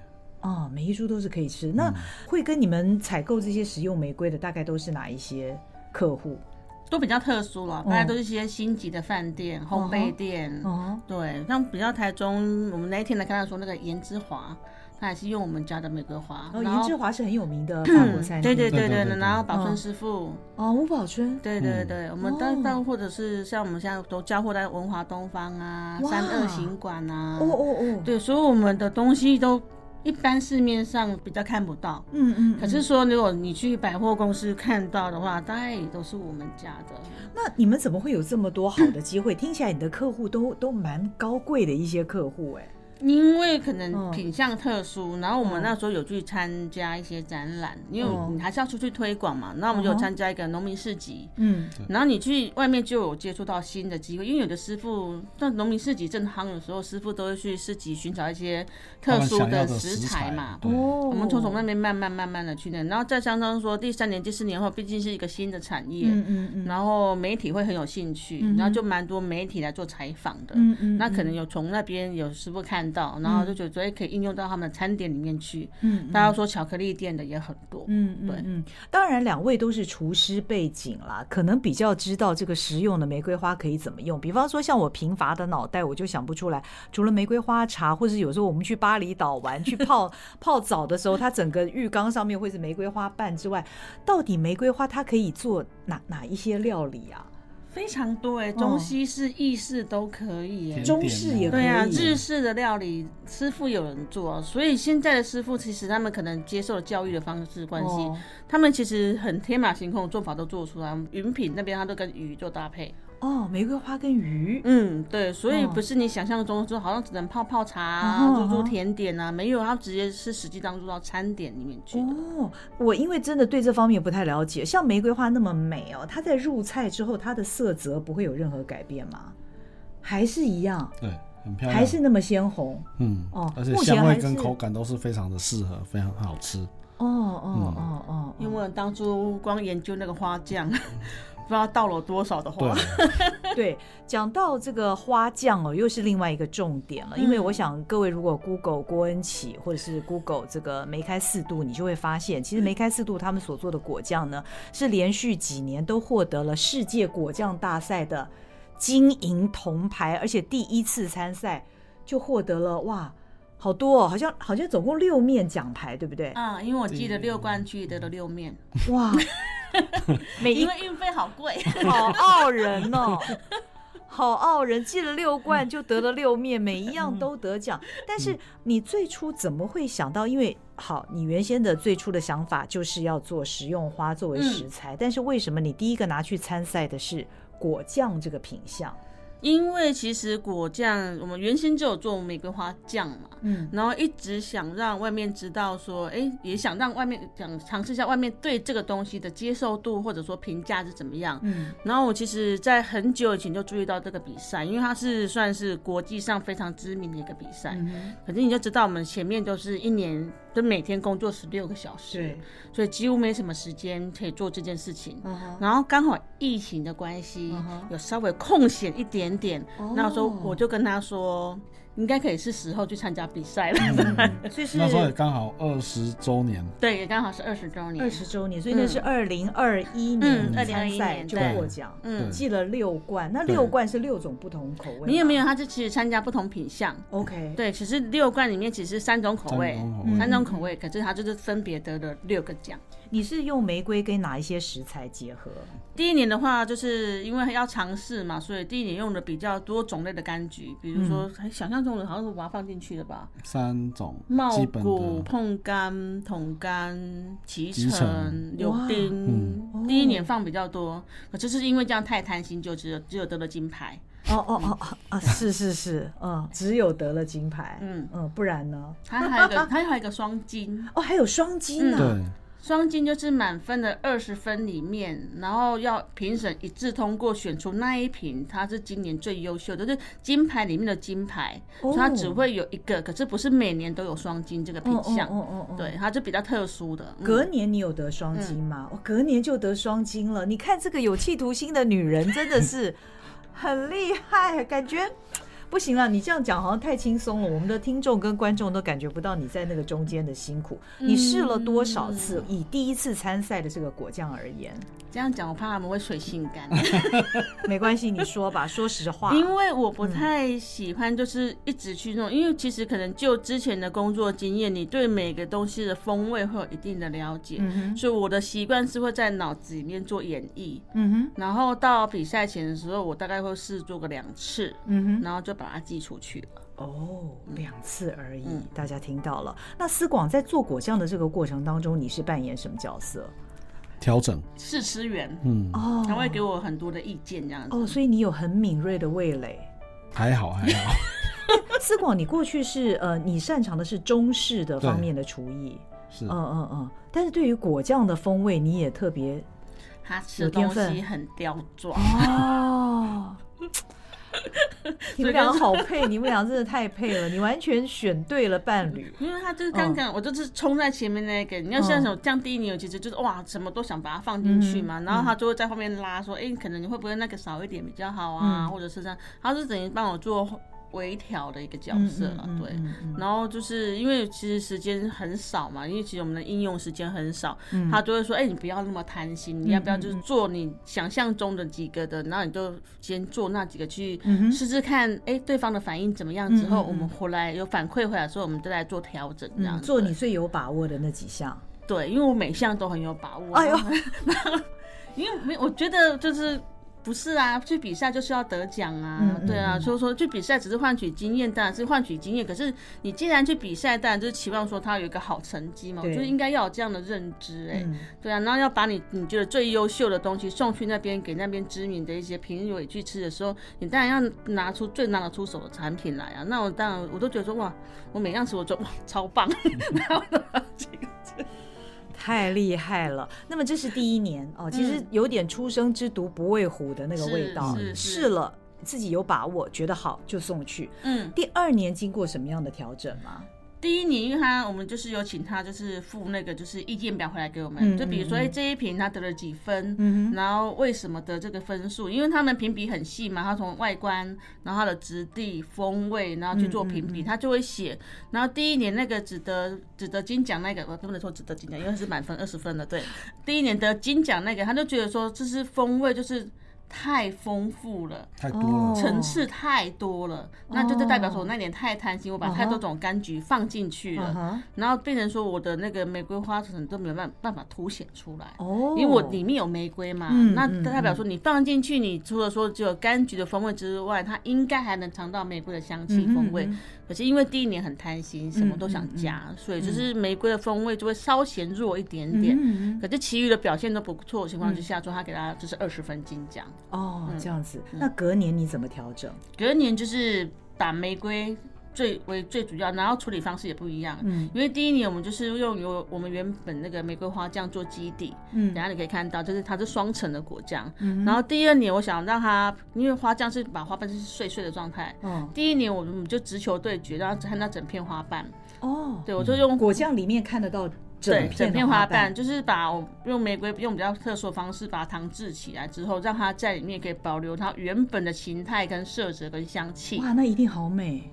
Speaker 1: 哦，每一株都是可以吃。那会跟你们采购这些食用玫瑰的，大概都是哪一些客户？
Speaker 2: 都比较特殊了，大概都是一些星级的饭店、烘焙店。
Speaker 1: 哦，
Speaker 2: 对，像比较台中，我们那一天来看到说那个颜之华，他也是用我们家的玫瑰花，
Speaker 1: 然后
Speaker 2: 然
Speaker 1: 哦颜
Speaker 2: 后
Speaker 1: 志华是很有名的法国餐厅，
Speaker 2: 嗯对对对
Speaker 3: 对对
Speaker 2: 对，
Speaker 3: 对
Speaker 2: 然后宝
Speaker 1: 嗯
Speaker 2: 顺师傅，
Speaker 1: 哦，吴宝春，
Speaker 2: 对对对，我们
Speaker 1: 哦
Speaker 2: 到到或者是像我们现在都交货在文华东方啊、
Speaker 1: 哇
Speaker 2: 三二行馆啊，
Speaker 1: 哦哦哦，，
Speaker 2: 对，所以我们的东西都一般市面上比较看不到。
Speaker 1: 嗯嗯。
Speaker 2: 可是说，如果你去百货公司看到的话，大概也都是我们家的。
Speaker 1: 那你们怎么会有这么多好的机会？听起来你的客户都都蛮高贵的一些客户哎、
Speaker 2: 因为可
Speaker 1: 嗯
Speaker 2: 能品相特殊，然后我们那时候有去参加一些展览，因为
Speaker 1: 嗯
Speaker 2: 你还是要出去推广嘛。那我们
Speaker 1: 嗯
Speaker 2: 有
Speaker 1: 哼
Speaker 2: 参加一个农民市集，
Speaker 1: 嗯，
Speaker 2: 然后你去外面就有接触到新的机会，因为有的师傅在农民市集正夯的时候，师傅都会去市集寻找一些特殊
Speaker 3: 他们想要的
Speaker 2: 食材嘛。
Speaker 3: 对
Speaker 1: 哦，
Speaker 2: 我们从从那边慢慢慢慢的去练，然后再相当于说第三年、第四年后，毕竟是一个新的产业，
Speaker 1: 嗯嗯嗯，
Speaker 2: 然后媒体会很有兴趣，
Speaker 1: 嗯哼
Speaker 2: 然后就蛮多媒体来做采访的。
Speaker 1: 嗯嗯，
Speaker 2: 那可能有从那边有师傅看到，然后就觉得哎可以应用到他们的餐点里面去。
Speaker 1: 嗯
Speaker 2: 大家说巧克力店的也很多，
Speaker 1: 嗯
Speaker 2: 对
Speaker 1: 嗯嗯，当然两位都是厨师背景啦，可能比较知道这个实用的玫瑰花可以怎么用。比方说像我贫乏的脑袋，我就想不出来，除了玫瑰花茶，或是有时候我们去巴厘岛玩去泡泡澡的时候，它整个浴缸上面会是玫瑰花瓣之外，到底玫瑰花它可以做哪哪一些料理啊？
Speaker 2: 非常多哎、
Speaker 1: 哦
Speaker 2: 中西式、意式都可以耶、
Speaker 3: 甜点
Speaker 1: 中式也
Speaker 3: 啊
Speaker 1: 可
Speaker 2: 对啊，
Speaker 1: 以
Speaker 2: 日式的料理师傅有人做，所以现在的师傅其实他们可能接受了教育的方式关系，
Speaker 1: 哦
Speaker 2: 他们其实很天马行空，做法都做出来。云品那边他都跟鱼做搭配，
Speaker 1: 哦，玫瑰花跟鱼，
Speaker 2: 嗯，对，所以
Speaker 1: 哦
Speaker 2: 不是你想象中说好像只能泡泡
Speaker 1: 嗯
Speaker 2: 茶啊、
Speaker 1: 哼
Speaker 2: 做
Speaker 1: 嗯
Speaker 2: 做
Speaker 1: 哼
Speaker 2: 甜点啊，没有，他直接是实际当做到餐点里面去的。
Speaker 1: 哦，我因为真的对这方面不太了解，像玫瑰花那么美哦，它在入菜之后，它的色泽不会有任何改变吗？还是一样，
Speaker 3: 对，很漂亮，
Speaker 1: 还是那么鲜红？
Speaker 3: 嗯
Speaker 1: 哦
Speaker 3: 而且
Speaker 1: 目前
Speaker 3: 香味
Speaker 1: 还
Speaker 3: 跟
Speaker 1: 是
Speaker 3: 口感都是非常的适合，非常好吃。
Speaker 1: 哦哦哦哦，
Speaker 2: 因为我当初光研究那个花酱， 不知道倒了多少的
Speaker 3: 对 啊
Speaker 2: 花。，
Speaker 1: 对，讲到这个花酱哦，又是另外一个重点了。因为
Speaker 2: 嗯
Speaker 1: 我想各位如果 Google 郭恩启或者是 Google 这个梅开四度，你就会发现，其实梅开四度他们所做的果酱呢，是连续几年都获得了世界果酱大赛的金银铜牌，而且第一次参赛就获得了哇。好多哦，好像好像总共六面奖牌，对不对？
Speaker 2: 啊，因为我记得六罐去得了六面，
Speaker 1: 哇，每一
Speaker 2: 因为运费好贵。
Speaker 1: 好傲人哦，好傲人！进了六
Speaker 2: 嗯
Speaker 1: 冠就得了六面，每一样都得奖。但是你最初怎么会想到？因为好，你原先的最初的想法就是要做食用花作为食
Speaker 2: 嗯
Speaker 1: 材，但是为什么你第一个拿去参赛的是果酱这个品相？
Speaker 2: 因为其实果酱，我们原先就有做玫瑰花酱嘛，
Speaker 1: 嗯，
Speaker 2: 然后一直想让外面知道说，哎，也想让外面想尝试一下外面对这个东西的接受度或者说评价是怎么样。
Speaker 1: 嗯，
Speaker 2: 然后我其实，在很久以前就注意到这个比赛，因为它是算是国际上非常知名的一个比赛。可是你就知道，我们前面都是一年就每天工作十六个小时，，所以几乎没什么时间可以做这件事情。
Speaker 1: 嗯
Speaker 2: 然后刚好疫情的关系
Speaker 1: 嗯哼
Speaker 2: 有稍微空闲一点点
Speaker 1: 哦，
Speaker 2: 那时候我就跟他说：“应该可以是时候去参加比赛了。
Speaker 3: 嗯
Speaker 1: 所以是
Speaker 3: 那时候也刚好二十周年，
Speaker 2: 对，也刚好是二十周年。
Speaker 1: 二十周年，所以那是
Speaker 2: 嗯
Speaker 1: 二零二一年
Speaker 2: 嗯
Speaker 1: 参
Speaker 2: 2021
Speaker 1: 赛
Speaker 2: 年
Speaker 1: 就
Speaker 3: 对
Speaker 1: 获奖，
Speaker 2: 嗯，
Speaker 1: 寄了六罐，那六罐是六种不同口味吗，
Speaker 2: 你有没有？他就其实参加不同品相。
Speaker 1: ？OK，
Speaker 2: 对，其实六罐里面其实三种口味
Speaker 3: 三种口，
Speaker 1: 味
Speaker 2: 三种口味，可是他就是分别得了六个奖。
Speaker 1: 你是用玫瑰跟哪一些食材结合？
Speaker 2: 第一年的话，就是因为要尝试嘛，所以第一年用的比较多种类的柑橘，比如
Speaker 1: 嗯
Speaker 2: 说，哎想象中的好像是把它放进去的吧，
Speaker 3: 三种
Speaker 2: 茂
Speaker 3: 基本
Speaker 2: 谷、
Speaker 3: 的，
Speaker 2: 碰柑、桶柑、脐
Speaker 3: 脐橙
Speaker 2: 橙、柳
Speaker 1: 哇
Speaker 2: 丁。
Speaker 1: 嗯
Speaker 2: 第一年
Speaker 1: 哦
Speaker 2: 放比较多，可是就是因为这样太贪心，就只有只有得了金牌。
Speaker 1: 哦哦哦哦 啊！是是是，嗯，只有得了金牌，
Speaker 2: 嗯
Speaker 1: 嗯，不然呢？
Speaker 2: 它还有一 嗯个，它还有一个双金，
Speaker 1: 哦，还有双金呢、
Speaker 3: 对，
Speaker 2: 双金就是满分的二十分里面，然后要评审一致通过，选出那一瓶它是今年最优秀的，就是金牌里面的金牌，
Speaker 1: 哦
Speaker 2: 所以它只会有一个，可是不是每年都有双金这个品
Speaker 1: 哦
Speaker 2: 相，
Speaker 1: 哦哦哦，
Speaker 2: 对，它就比较特殊的。嗯
Speaker 1: 隔年你有得双金吗？我、隔年就得双金了。你看这个有企图心的女人真的是 很厉害，感觉不行啊了。你这样讲好像太轻松了，我们的听众跟观众都感觉不到你在那个中间的辛苦。你试了多少次？
Speaker 2: 嗯
Speaker 1: 以第一次参赛的这个果酱而言，
Speaker 2: 这样讲，我怕他们会水性感，
Speaker 1: 没关系，你说吧，说实话。嗯
Speaker 2: 因为我不太喜欢就是一直去弄，因为其实可能就之前的工作经验，你对每个东西的风味会有一定的了解，
Speaker 1: 嗯哼，
Speaker 2: 所以我的习惯是会在脑子里面做演绎。
Speaker 1: 嗯哼，
Speaker 2: 然后到比赛前的时候，我大概会试做个两次，
Speaker 1: 嗯哼。
Speaker 2: 然后就把它寄出去了。
Speaker 1: 哦，两次而已，
Speaker 2: 嗯
Speaker 1: 大家听到了。那思广在做果酱的这个过程当中，你是扮演什么角色？
Speaker 3: 调整，
Speaker 2: 试吃员
Speaker 3: 嗯，
Speaker 1: 哦，
Speaker 2: 他会给我很多的意见，这样子。
Speaker 1: 哦，所以你有很敏锐的味蕾。
Speaker 3: 还好还好，
Speaker 1: 思广，你过去是呃，你擅长的是中式的方面的厨艺，
Speaker 3: 是
Speaker 1: 嗯嗯嗯，但是对于果酱的风味，你也特别
Speaker 2: 他吃的东
Speaker 1: 有天
Speaker 2: 西很刁钻，
Speaker 1: 哦。 你们
Speaker 2: 所以
Speaker 1: 俩
Speaker 2: 就是
Speaker 1: 好配，你们俩真的太配了，你完全选对了伴 侣。
Speaker 2: 嗯因为他就是
Speaker 1: 嗯
Speaker 2: 刚刚我就是冲在前面那个，你要像什么降低你，其实就是哇，什么都想把它放进去
Speaker 1: 嗯
Speaker 2: 嘛，然后他就会在后面拉说，哎、可能你会不会那个少一点比较好啊，
Speaker 1: 嗯
Speaker 2: 或者是这样，他是等于帮我做微调的一个角色了，对。
Speaker 1: 嗯嗯
Speaker 2: 然后就是因为其实时间很少嘛，因为其实我们的应用时间很少，
Speaker 1: 嗯
Speaker 2: 他就会说，哎、你不要那么贪心，你要不要就是做你想象中的几个的，然后你就先做那几个去
Speaker 1: 嗯哼
Speaker 2: 试试看，哎、对方的反应怎么样？
Speaker 1: 嗯
Speaker 2: 之后
Speaker 1: 嗯嗯
Speaker 2: 我们回来有反馈回来之后，我们再来做调整，这
Speaker 1: 嗯，
Speaker 2: 样子、
Speaker 1: 做你最有把握的那几项。
Speaker 2: 对，因为我每项都很有把握。
Speaker 1: 哎呦，
Speaker 2: 因为没有我觉得就是。不是啊，去比赛就是要得奖啊，
Speaker 1: 嗯
Speaker 2: 对啊，
Speaker 1: 嗯
Speaker 2: 所以说去比赛只是换取经验，当然是换取经验。可是你既然去比赛，当然就是期望说他有一个好成绩嘛，我
Speaker 1: 对
Speaker 2: 觉得应该要有这样的认知、哎、
Speaker 1: 嗯
Speaker 2: 对啊，然后要把你你觉得最优秀的东西送去那边，给那边知名的一些评委去吃的时候，你当然要拿出最拿得出手的产品来啊。那我当然我都觉得说哇，我每样吃我都 哇超棒，然后呢
Speaker 1: 太厉害了！那么这是第一年哦，其实有点初生之犊不畏虎的那个味道，
Speaker 2: 嗯是是是
Speaker 1: 试了自己有把握，觉得好就送去。
Speaker 2: 嗯，
Speaker 1: 第二年经过什么样的调整吗？
Speaker 2: 第一年，因为他我们就是有请他，就是附那个就是意见表回来给我们，
Speaker 1: 嗯
Speaker 2: 就比如说，
Speaker 1: 嗯嗯
Speaker 2: 哎、这一瓶他得了几分，
Speaker 1: 嗯
Speaker 2: 然后为什么得这个分数？因为他们评比很细嘛，他从外观，然后它的质地、风味，然后去做评比，
Speaker 1: 嗯
Speaker 2: 他就会写。然后第一年那个只得只得金奖那个，我不能说只得金奖，因为是满分二十分的，对。第一年得金奖那个，他就觉得说这是风味就是太丰富了。
Speaker 3: 太多了，
Speaker 1: 哦
Speaker 2: 层次太多了，那就代表说我那年太贪心，我把太多种柑橘放进去
Speaker 1: 嗯
Speaker 2: 了，
Speaker 1: 哼，
Speaker 2: 然后变成说我的那个玫瑰花可能都没有办办法凸显出来。
Speaker 1: 哦，
Speaker 2: 因为我里面有玫瑰嘛，
Speaker 1: 嗯
Speaker 2: 那
Speaker 1: 嗯
Speaker 2: 代表说你放进去，你除了说只有柑橘的风味之外，它应该还能尝到玫瑰的香气风味。
Speaker 1: 嗯
Speaker 2: 可是因为第一年很贪心，什么都想加，所以就是玫瑰的风味就会稍显弱一点
Speaker 1: 嗯
Speaker 2: 点。
Speaker 1: 嗯嗯嗯
Speaker 2: 可是其余的表现都不错的情况之下，说他给他就是二十分金奖。
Speaker 1: 哦，
Speaker 2: 嗯
Speaker 1: 这样子。那隔年你怎么调整？
Speaker 2: 隔年就是把玫瑰最为最主要，然后处理方式也不一样。
Speaker 1: 嗯
Speaker 2: 因为第一年我们就是用有我们原本那个玫瑰花酱做基底，
Speaker 1: 嗯
Speaker 2: 等一下你可以看到，就是它是双层的果酱。然后第二年我想让它，因为花酱是把花瓣是碎碎的状态。
Speaker 1: 哦
Speaker 2: 第一年我们就直球对决，然后看到整片花瓣，
Speaker 1: 哦，
Speaker 2: 对我就用
Speaker 1: 果酱里面看得到
Speaker 2: 对
Speaker 1: 整
Speaker 2: 整
Speaker 1: 片
Speaker 2: 片
Speaker 1: 的花
Speaker 2: 花瓣，，就是把我用玫瑰用比较特殊的方式把它糖制起来之后，让它在里面可以保留它原本的形态、跟色泽、跟香气。
Speaker 1: 哇，那一定好美。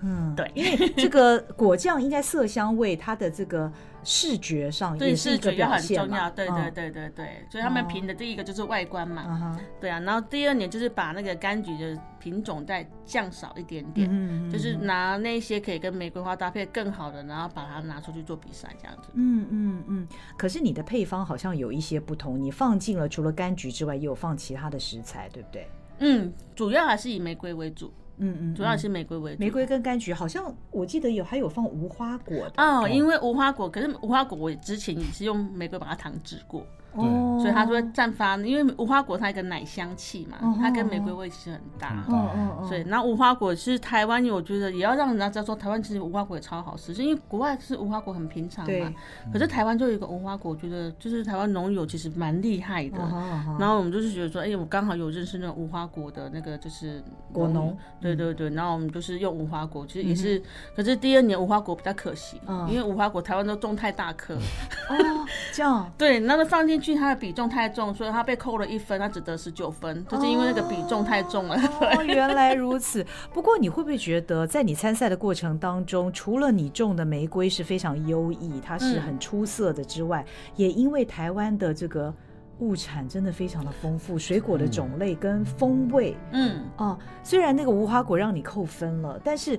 Speaker 1: 嗯，
Speaker 2: 对
Speaker 1: 因为这个果酱应该色香味，它的这个视觉上
Speaker 2: 对
Speaker 1: 也是一
Speaker 2: 视
Speaker 1: 个
Speaker 2: 觉也
Speaker 1: 表
Speaker 2: 很
Speaker 1: 现
Speaker 2: 重要，
Speaker 1: 嘛。嗯
Speaker 2: 对对对对对，所以他
Speaker 1: 哦
Speaker 2: 们评的第一个就是外观嘛，
Speaker 1: 嗯哼，
Speaker 2: 对啊，然后第二年就是把那个柑橘的品种再降少一点点，
Speaker 1: 嗯
Speaker 2: 就是拿那些可以跟玫瑰花搭配更好的，然后把它拿出去做比赛这样子。
Speaker 1: 嗯嗯嗯。可是你的配方好像有一些不同，你放进了除了柑橘之外，也有放其他的食材，对不对？
Speaker 2: 嗯，主要还是以玫瑰为主，
Speaker 1: 嗯嗯，
Speaker 2: 主要
Speaker 1: 嗯
Speaker 2: 是玫瑰为主。
Speaker 1: 玫瑰跟柑橘，好像我记得有还有放无花果的
Speaker 2: 哦，因为无花果，可是无花果我之前也是用玫瑰把它糖制过，
Speaker 1: 哦，
Speaker 2: 所以它就会绽放。因为无花果它有一个奶香气嘛，
Speaker 1: 哦
Speaker 2: 它跟玫瑰味其实很搭。
Speaker 3: 嗯
Speaker 1: 哦哦哦，
Speaker 2: 对，然后无花果是台湾，我觉得也要让人家知道说台湾其实无花果也超好吃，是因为国外是无花果很平常
Speaker 1: 对
Speaker 2: 嘛，，可是台湾就有一个无花果，我觉得就是台湾农友其实蛮厉害的。
Speaker 1: 嗯哼嗯哼
Speaker 2: 然后我们就是觉得说，哎、我刚好有认识那个无花果的那个就是
Speaker 1: 果农，
Speaker 2: 对对对。然后我们就是用无花果，其实也是，可是第二年无花果比较可惜，
Speaker 1: 嗯
Speaker 2: 因为无花果台湾都种太大颗，
Speaker 1: 哦， 这样
Speaker 2: 对，那么放进去它的比重太重，所以它被扣了一分，它只得十九分，就是因为那个比重太重了。
Speaker 1: 哦，原来如此。不过你会不会觉得，在你参赛的过程当中，除了你种的玫瑰是非常优异，它是
Speaker 2: 嗯
Speaker 1: 很出色的之外，也因为台湾的这个物产真的非常的丰富，水果的种类跟风味
Speaker 2: 嗯，
Speaker 1: 哦、虽然那个无花果让你扣分了，但是。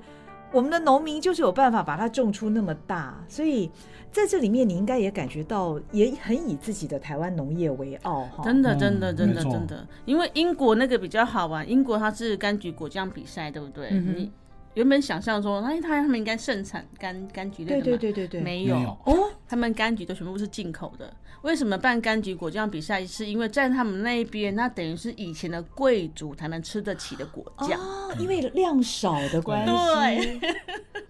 Speaker 1: 我们的农民就是有办法把它种出那么大，所以在这里面你应该也感觉到，也很以自己的台湾农业为傲哈。
Speaker 2: 真的，
Speaker 3: 嗯
Speaker 2: 真的，真
Speaker 3: 没
Speaker 2: 的，
Speaker 3: 错
Speaker 2: 真的，因为英国那个比较好玩，英国它是柑橘果酱比赛，对不对？
Speaker 1: 嗯哼
Speaker 2: 你原本想象说，哎，他他们应该盛产柑柑橘类的
Speaker 1: 对
Speaker 2: 嘛，
Speaker 1: 对对对对，
Speaker 2: 没有，
Speaker 3: 没有啊
Speaker 1: 哦，
Speaker 2: 他们柑橘都全部是进口的。为什么办柑橘果酱比赛？是因为在他们那边，那等于是以前的贵族才能吃得起的果酱。
Speaker 1: 哦，因为量少的关系，
Speaker 2: 对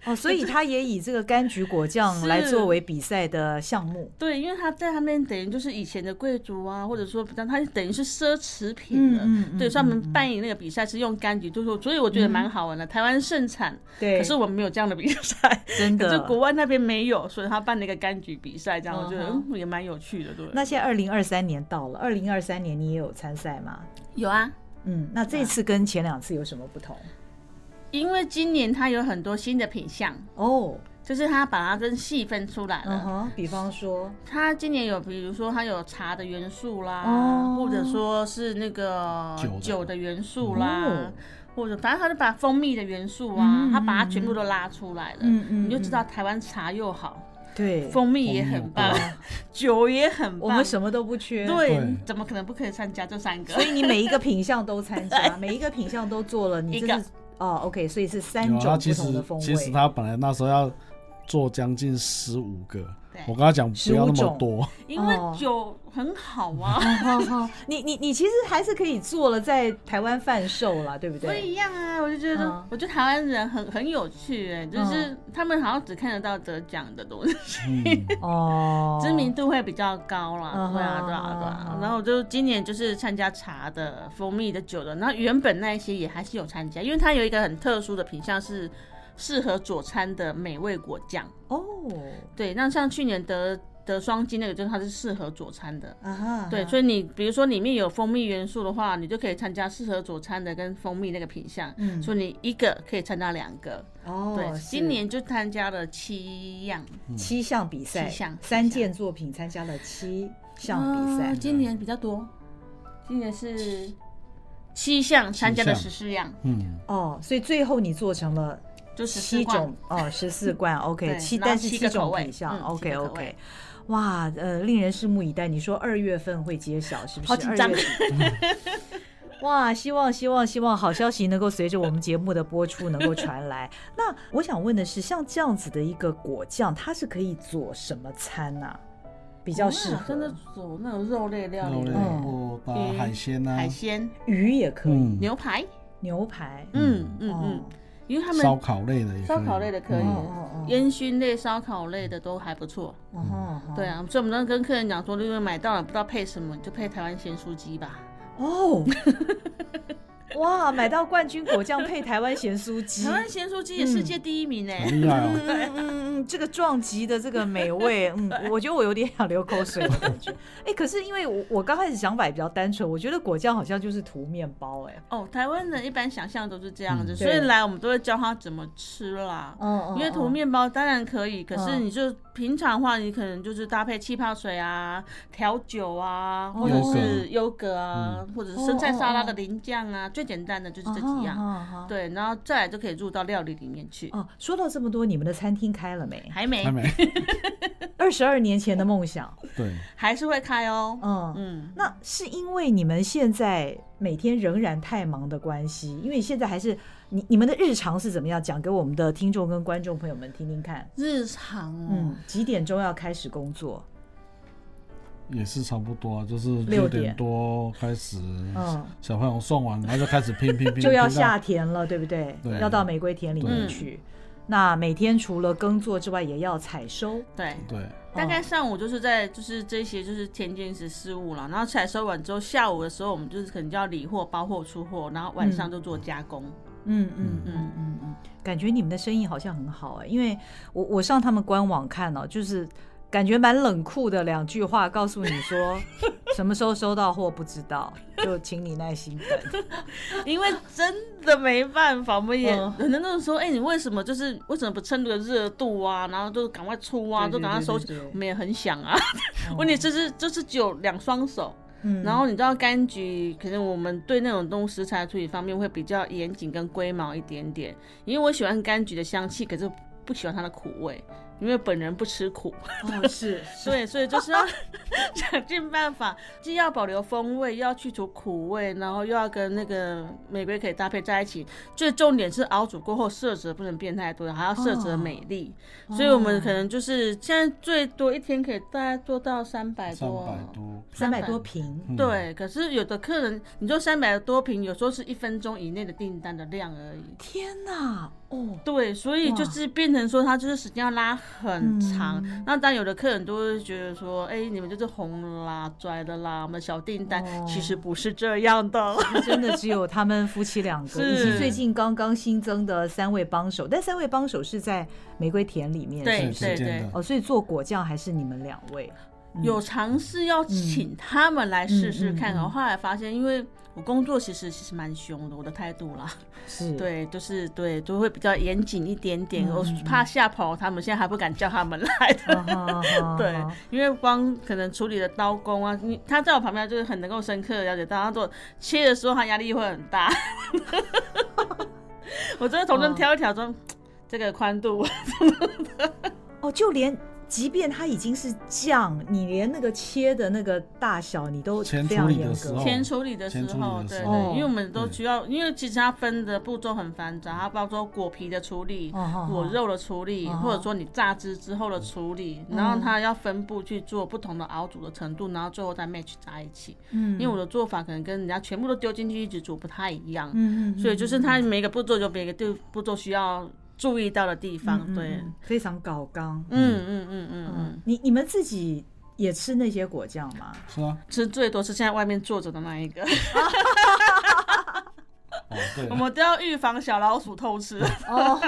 Speaker 1: 哦，所以他也以这个柑橘果酱
Speaker 2: 是
Speaker 1: 来作为比赛的项目。
Speaker 2: 对，因为他在他们等于就是以前的贵族啊，或者说比较，他等于是奢侈品了。
Speaker 1: 嗯嗯嗯嗯
Speaker 2: 对，
Speaker 1: 嗯
Speaker 2: 所以他们办那个比赛是用柑橘，就是所以我觉得蛮好玩的。台湾盛产，
Speaker 1: 对，
Speaker 2: 可是我们没有这样的比赛，
Speaker 1: 真
Speaker 2: 可是
Speaker 1: 的。
Speaker 2: 国外那边没有，所以他办了一个柑橘比赛，这样我觉得、
Speaker 1: 嗯
Speaker 2: 嗯、也蛮有趣的。对，
Speaker 1: 那现在二零二三年到了，二零二三年你也有参赛吗？
Speaker 2: 有啊，
Speaker 1: 嗯，那这次跟前两次有什么不同？
Speaker 2: 因为今年它有很多新的品相。
Speaker 1: 哦，
Speaker 2: 就是它把它跟细分出来
Speaker 1: 嗯
Speaker 2: 了。
Speaker 1: 哼，比方说，
Speaker 2: 它今年有，比如说它有茶的元素啦，
Speaker 1: 哦
Speaker 2: 或者说是那个
Speaker 3: 酒的
Speaker 2: 酒的元素啦，
Speaker 1: 哦
Speaker 2: 或者反正它就把蜂蜜的元素
Speaker 1: 嗯
Speaker 2: 啊，
Speaker 1: 嗯
Speaker 2: 它把它全部都拉出来了。
Speaker 1: 嗯嗯哦
Speaker 2: 你就知道台湾茶又好，
Speaker 1: 对，
Speaker 2: 蜂蜜也很棒
Speaker 3: 蜂，
Speaker 2: 酒也很
Speaker 1: 我
Speaker 2: 棒。
Speaker 1: 们什么都不缺。
Speaker 2: 对
Speaker 3: 对，
Speaker 2: 怎么可能不可以参加这三个
Speaker 1: 所？以你每一个品相都参 加，每一个品相都做了，你
Speaker 2: 一
Speaker 1: 这
Speaker 2: 个
Speaker 1: 是哦，OK，所以是三
Speaker 3: 有
Speaker 1: 种
Speaker 3: 啊，其
Speaker 1: 不
Speaker 3: 实
Speaker 1: 同的风味。
Speaker 3: 其实他本来那时候要做将近十五个，
Speaker 2: 对
Speaker 3: 我跟他讲不要那
Speaker 1: 15
Speaker 3: 么
Speaker 1: 种
Speaker 3: 多，
Speaker 2: 因为
Speaker 1: 哦
Speaker 2: 酒很好啊，
Speaker 1: 好好，你你你其实还是可以做了，在台湾贩售啦，对不
Speaker 2: 不
Speaker 1: 对？
Speaker 2: 一样啊！我就觉
Speaker 1: 嗯
Speaker 2: 得，我觉得台湾人很很有趣哎，就是他们好像只看得到得奖的东西。
Speaker 3: 嗯，
Speaker 1: 哦
Speaker 2: 知名度会比较高啦，
Speaker 1: 嗯哼
Speaker 2: 对啊，对啊，对
Speaker 1: 嗯
Speaker 2: 啊
Speaker 1: 哼。
Speaker 2: 然后我就今年就是参加茶的、蜂蜜的、酒的，然后原本那一些也还是有参加，因为它有一个很特殊的品相是适合佐餐的美味果酱。
Speaker 1: 哦，
Speaker 2: 对，那像去年得得双金那个，就是它是适合佐餐的。
Speaker 1: 啊哈，
Speaker 2: 对，所以你比如说里面有蜂蜜元素的话，你就可以参加适合佐餐的跟蜂蜜那个品相，
Speaker 1: 嗯
Speaker 2: 所以你一个可以参加两个。
Speaker 1: 以哦，
Speaker 2: 对，
Speaker 1: 是
Speaker 2: 今年就参加了七样
Speaker 1: 七项比赛，
Speaker 2: 七项
Speaker 1: 三件作品参加了七项比
Speaker 2: 啊
Speaker 1: 赛，
Speaker 2: 今年比较多，今年是七项参加了
Speaker 3: 七
Speaker 2: 十四样，
Speaker 3: 嗯，
Speaker 1: 哦，所以最后你做成了
Speaker 2: 就十四嗯
Speaker 1: 七种哦，十四罐 OK，
Speaker 2: 对
Speaker 1: 七
Speaker 2: 然后
Speaker 1: 但是
Speaker 2: 七
Speaker 1: 七
Speaker 2: 个口
Speaker 1: 种
Speaker 2: 味
Speaker 1: 品相
Speaker 2: 嗯七
Speaker 1: OK
Speaker 2: 个口
Speaker 1: OK
Speaker 2: 味。
Speaker 1: 哇，呃，令人拭目以待。你说二月份会揭晓，是不是？
Speaker 2: 好紧张
Speaker 1: 2月底。哇，希望希望希望好消息能够随着我们节目的播出能够传来。那我想问的是，像这样子的一个果酱，它是可以做什么餐呐、比
Speaker 2: 比
Speaker 1: 较适合？
Speaker 2: 真的走那种肉类料
Speaker 3: 肉
Speaker 2: 理
Speaker 3: 类
Speaker 2: 了，
Speaker 1: 嗯
Speaker 3: 或打
Speaker 2: 嗯
Speaker 3: 海鲜啊
Speaker 2: 海，鲜、
Speaker 1: 鱼也可以，
Speaker 3: 嗯，
Speaker 2: 牛排，
Speaker 1: 牛排，
Speaker 2: 嗯嗯
Speaker 1: 哦
Speaker 2: 嗯，因为他
Speaker 3: 烧
Speaker 2: 们
Speaker 3: 烤类的也可以，
Speaker 2: 烧烤类的可以
Speaker 1: 哦
Speaker 3: 嗯
Speaker 1: 哦哦，
Speaker 2: 烟熏类、烧烤类的都还不错。
Speaker 1: 哦哦哦
Speaker 2: 对啊，所以我们都跟客人讲说，如果买到了不知道配什么，你就配台湾咸酥鸡吧。
Speaker 1: 哦，哇，买到冠军果酱配台湾咸酥鸡
Speaker 2: 台，湾咸酥鸡也世界第一名哎、
Speaker 3: 很厉害
Speaker 1: 嗯
Speaker 3: 哦。
Speaker 1: 嗯嗯嗯，这个撞击的这个美味，嗯，我觉得我有点想流口水的感觉。哎、可是因为我我刚开始想法也比较单纯，我觉得果酱好像就是涂面包、哎，
Speaker 2: 哦，台湾人一般想象都是这样子，
Speaker 1: 嗯
Speaker 2: 所以
Speaker 1: 对
Speaker 2: 来我们都会教他怎么吃啦。
Speaker 1: 嗯
Speaker 2: 因为涂，面包当然可以，可是
Speaker 1: 嗯
Speaker 2: 你就平常的话，你可能就是搭配气泡水啊、调酒啊，
Speaker 1: 哦
Speaker 2: 或者是优格啊，或者是生菜沙拉的淋酱啊，最简单的就是这
Speaker 1: 哦
Speaker 2: 几样。
Speaker 1: 样。
Speaker 2: 对，然后再来就可以入到料理里面去。
Speaker 1: 哦，说到这么多，你们的餐厅开了没？
Speaker 2: 还没
Speaker 3: 还，没
Speaker 1: 二十二年前的梦想，
Speaker 3: 对，
Speaker 2: 还是会开哦。
Speaker 1: 嗯，
Speaker 2: 嗯，
Speaker 1: 那是因为你们现在每天仍然太忙的关系，因为现在还是你你们的日常是怎么样？讲给我们的听众跟观众朋友们听听看。
Speaker 2: 日常哦
Speaker 1: 嗯，，几点钟要开始工作？
Speaker 3: 也是差不多啊，就是
Speaker 1: 六
Speaker 3: 六
Speaker 1: 点
Speaker 3: 点多开始，
Speaker 1: 嗯，
Speaker 3: 小朋友送完，然后就开始拼 拼拼，
Speaker 1: 就要
Speaker 3: 拼到
Speaker 1: 下田了，对不对？
Speaker 3: 对
Speaker 1: 要到玫瑰田里面
Speaker 2: 对
Speaker 1: 去。那每天除了耕作之外，也要采收。
Speaker 2: 对。
Speaker 3: 对，
Speaker 2: 大
Speaker 1: 嗯
Speaker 2: 概上午就是在就是这些就是田间时事务了，然后采收完之后，下午的时候我们就是可能就要理货、包货、出货，然后晚上就做加工。
Speaker 1: 嗯嗯嗯嗯嗯，感觉你们的生意好像很好哎、因为我我上他们官网看哦、就是感觉蛮冷酷的两句话，告诉你说什么时候收到货不知道，就请你耐心等。
Speaker 2: 因为真的没办法，我们也
Speaker 1: 嗯
Speaker 2: 很多人说，哎、你为什么就是为什么不趁这个热度啊，然后就赶快出啊，
Speaker 1: 对对
Speaker 2: 就赶快收
Speaker 1: 对对
Speaker 2: 起
Speaker 1: 对。
Speaker 2: 我们也很想啊， 问题就是就是只有两双手，
Speaker 1: 嗯
Speaker 2: 然后你知道柑橘，可能我们对那种动物食材处理方面会比较严谨跟龟毛一点点，因为我喜欢柑橘的香气，可是不喜欢它的苦味，因为本人不吃苦。
Speaker 1: 哦是，
Speaker 2: 对，所以就是要 想尽办法，既要保留风味，又要去除苦味，然后又要跟那个玫瑰可以搭配在一起。最重点是熬煮过后色泽不能变太多，还要色泽美丽。所以我们可能就是现在最多一天可以大概做到三百
Speaker 3: 三
Speaker 2: 多。
Speaker 3: 百多，
Speaker 1: 三百多瓶。
Speaker 3: 嗯，
Speaker 2: 对，可是有的客人，你说三百多瓶，有时候是一分钟以内的订单的量而已。
Speaker 1: 天哪，哦，
Speaker 2: 对，所以就
Speaker 1: 哇
Speaker 2: 是变成说，他就是时间要拉很长。
Speaker 1: 嗯
Speaker 2: 那当然，有的客人都会觉得说，哎、你们就是红了啦、拽的啦，我们小订单、
Speaker 1: 哦
Speaker 2: 其实不是这样的。
Speaker 1: 真的只有他们夫妻两个，以
Speaker 2: 是
Speaker 1: 及最近刚刚新增的三位帮手，但三位帮手是在玫瑰田里面，
Speaker 2: 对
Speaker 1: 是
Speaker 3: 是
Speaker 1: 不是
Speaker 2: 对
Speaker 3: 是这样的，
Speaker 1: 哦，所以做果酱还是你们两位。嗯
Speaker 2: 有尝试要请他们来试试
Speaker 1: 嗯嗯
Speaker 2: 看，
Speaker 1: 嗯
Speaker 2: 然后后来发现，因为我工作其实其实蛮凶的，我的态度啦，
Speaker 1: 是，
Speaker 2: 对，就是对，就会比较严谨一点点，
Speaker 1: 嗯
Speaker 2: 我
Speaker 1: 嗯嗯
Speaker 2: 怕吓跑他们，现在还不敢叫他们来的。
Speaker 1: 啊哈啊哈
Speaker 2: 对，
Speaker 3: 哦
Speaker 2: 因为光可能处理的刀工啊，你他在我旁边就是很能够深刻的了解到，他做切的时候他压力会很大。 我真的从
Speaker 3: 哦
Speaker 2: 中挑一挑说，这个宽度，
Speaker 1: 哦，就连即便它已经是酱，你连那个切的那个大小你都
Speaker 3: 前
Speaker 1: 非
Speaker 3: 处
Speaker 1: 常
Speaker 3: 理
Speaker 1: 严
Speaker 3: 的时
Speaker 1: 格
Speaker 3: 候。
Speaker 2: 前处理的时
Speaker 3: 前处理
Speaker 2: 候，
Speaker 3: 的
Speaker 2: 对
Speaker 3: 时
Speaker 1: 候
Speaker 2: 对，因为我们都
Speaker 3: 对
Speaker 2: 需要，因为其实它分的步骤很繁杂，它包括果皮的处理。
Speaker 1: 哦
Speaker 2: 果，肉的处理，
Speaker 1: 哦
Speaker 2: 或者说你榨汁之后的处理，然
Speaker 3: 嗯
Speaker 2: 后它要分布去做不同的熬煮的程度，然后最后再 match 在一起。
Speaker 1: 嗯
Speaker 2: 因为我的做法可能跟人家全部都丢进去一起煮不太一样，
Speaker 1: 嗯
Speaker 2: 所以就是它每个步骤有每个步步骤需要注意到的地方。对，嗯
Speaker 1: 非常搞纲。
Speaker 2: 嗯嗯嗯嗯，
Speaker 1: 你你们自己也吃那些果酱吗？
Speaker 3: 是啊，
Speaker 2: 吃最多是现在外面坐着的那一个，
Speaker 3: 哦 对
Speaker 2: 我，们都要预防小老鼠偷吃。
Speaker 1: 哦。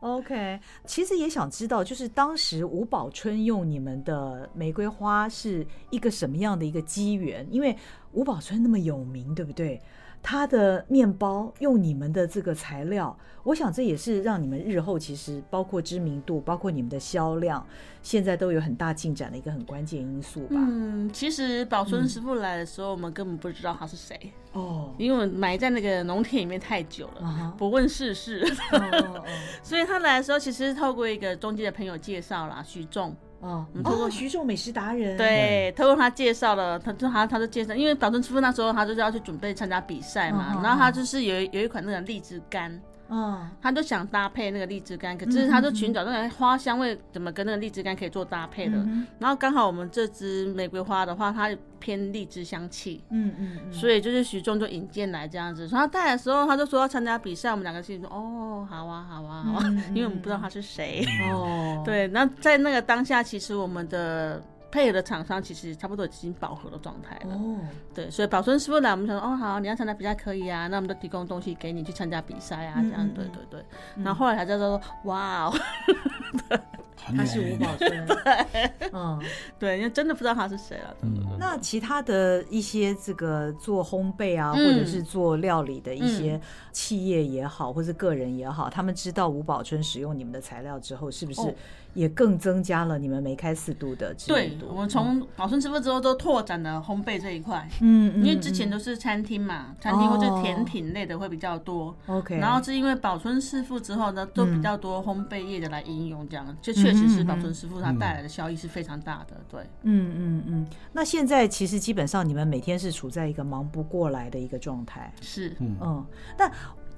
Speaker 1: OK，其实也想知道，就是当时吴宝春用你们的玫瑰花是一个什么样的一个机缘？因为吴宝春那么有名，对不对？他的面包用你们的这个材料，我想这也是让你们日后其实包括知名度，包括你们的销量，现在都有很大进展的一个很关键因素吧。
Speaker 2: 嗯，其实宝春师傅来的时候，我们根本不知道他是谁，
Speaker 1: 哦，
Speaker 2: 因为我们埋在那个农田里面太久了，
Speaker 1: 啊
Speaker 2: 不问世事。
Speaker 1: 哈，哦
Speaker 2: 所以他来的时候，其实是透过一个中介的朋友介绍啦，徐仲。
Speaker 1: 哦
Speaker 2: 嗯
Speaker 1: 哦，哦，徐仲美食达人，
Speaker 2: 对，透过他介绍了，他就他他就介绍，因为宝春师傅那时候他就是要去准备参加比赛嘛，
Speaker 1: 嗯嗯
Speaker 2: 然后他就是有一有一款那个荔枝干，
Speaker 1: 嗯，
Speaker 2: 他就想搭配那个荔枝干，可是他就寻找那个花香味怎么跟那个荔枝干可以做搭配的，
Speaker 1: 嗯
Speaker 2: 然后刚好我们这支玫瑰花的话，它偏荔枝香气。
Speaker 1: 嗯嗯嗯，
Speaker 2: 所以就是徐仲就引荐来这样子，所以他带的时候他就说要参加比赛，我们两个心里说哦好啊好啊 好啊，
Speaker 1: 嗯嗯嗯
Speaker 2: 因为我们不知道他是谁。
Speaker 1: 哦，
Speaker 2: 对，那在那个当下，其实我们的配合的厂商其实差不多已经饱和的状态了。
Speaker 1: 哦，
Speaker 2: 对，所以保存师傅来，我们想说，哦，好，你要参加比赛可以啊，那我们就提供东西给你去参加比赛啊，这样，
Speaker 1: 嗯嗯
Speaker 2: 对
Speaker 1: 嗯
Speaker 2: 对对。然后后来才知道说，哇哦，
Speaker 3: 很
Speaker 1: 他
Speaker 3: 有嗯
Speaker 1: 是吴
Speaker 3: 名。
Speaker 1: 宝春， 对，嗯，
Speaker 2: 对，因为真的不知道他是谁了。对对对
Speaker 1: 那其他的一些这个做烘焙啊，
Speaker 2: 嗯
Speaker 1: 或者是做料理的一些企业也好，或者个人也好，他们知道吴宝春使用你们的材料之后，是不是
Speaker 2: 哦
Speaker 1: 也更增加了你们梅开四度的知名
Speaker 2: 对，
Speaker 1: 度？
Speaker 2: 我们从保存师傅之后都拓展了烘焙这一块，
Speaker 1: 嗯，嗯哦
Speaker 2: 因为之前都是餐厅嘛，餐厅或者甜品类的会比较多。
Speaker 1: 嗯 OK，
Speaker 2: 然后是因为保存师傅之后呢，都
Speaker 1: 嗯
Speaker 2: 比较多烘焙业的来应用，这样就确实是保存师傅他带来的效益是非常大的。对，
Speaker 1: 嗯嗯嗯，那现在其实基本上你们每天是处在一个忙不过来的一个状态，
Speaker 2: 是
Speaker 1: 嗯，但。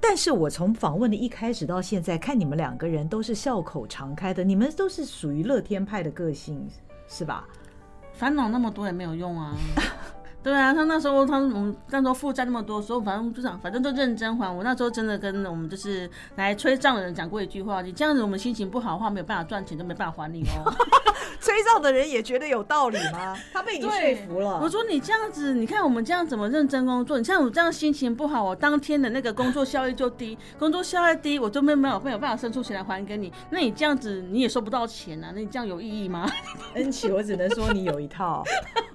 Speaker 1: 但是我从访问的一开始到现在，看你们两个人都是笑口常开的，你们都是属于乐天派的个性，是吧？
Speaker 2: 烦恼那么多也没有用啊。对啊，他那时候他我们那时候负债那么多，所以反正就想，反正就认真还。我那时候真的跟我们就是来催账的人讲过一句话：你这样子，我们心情不好的话，没有办法赚钱，都没办法还你哦。
Speaker 1: 催账的人也觉得有道理吗？他被你说服了。
Speaker 2: 我说你这样子，你看我们这样怎么认真工作？你像我这样心情不好，我当天的那个工作效益就低，工作效益低，我就没没有没有办法生出钱来还给你。那你这样子你也收不到钱啊，那你这样有意义吗？
Speaker 1: 恩琪，我只能说你有一 套。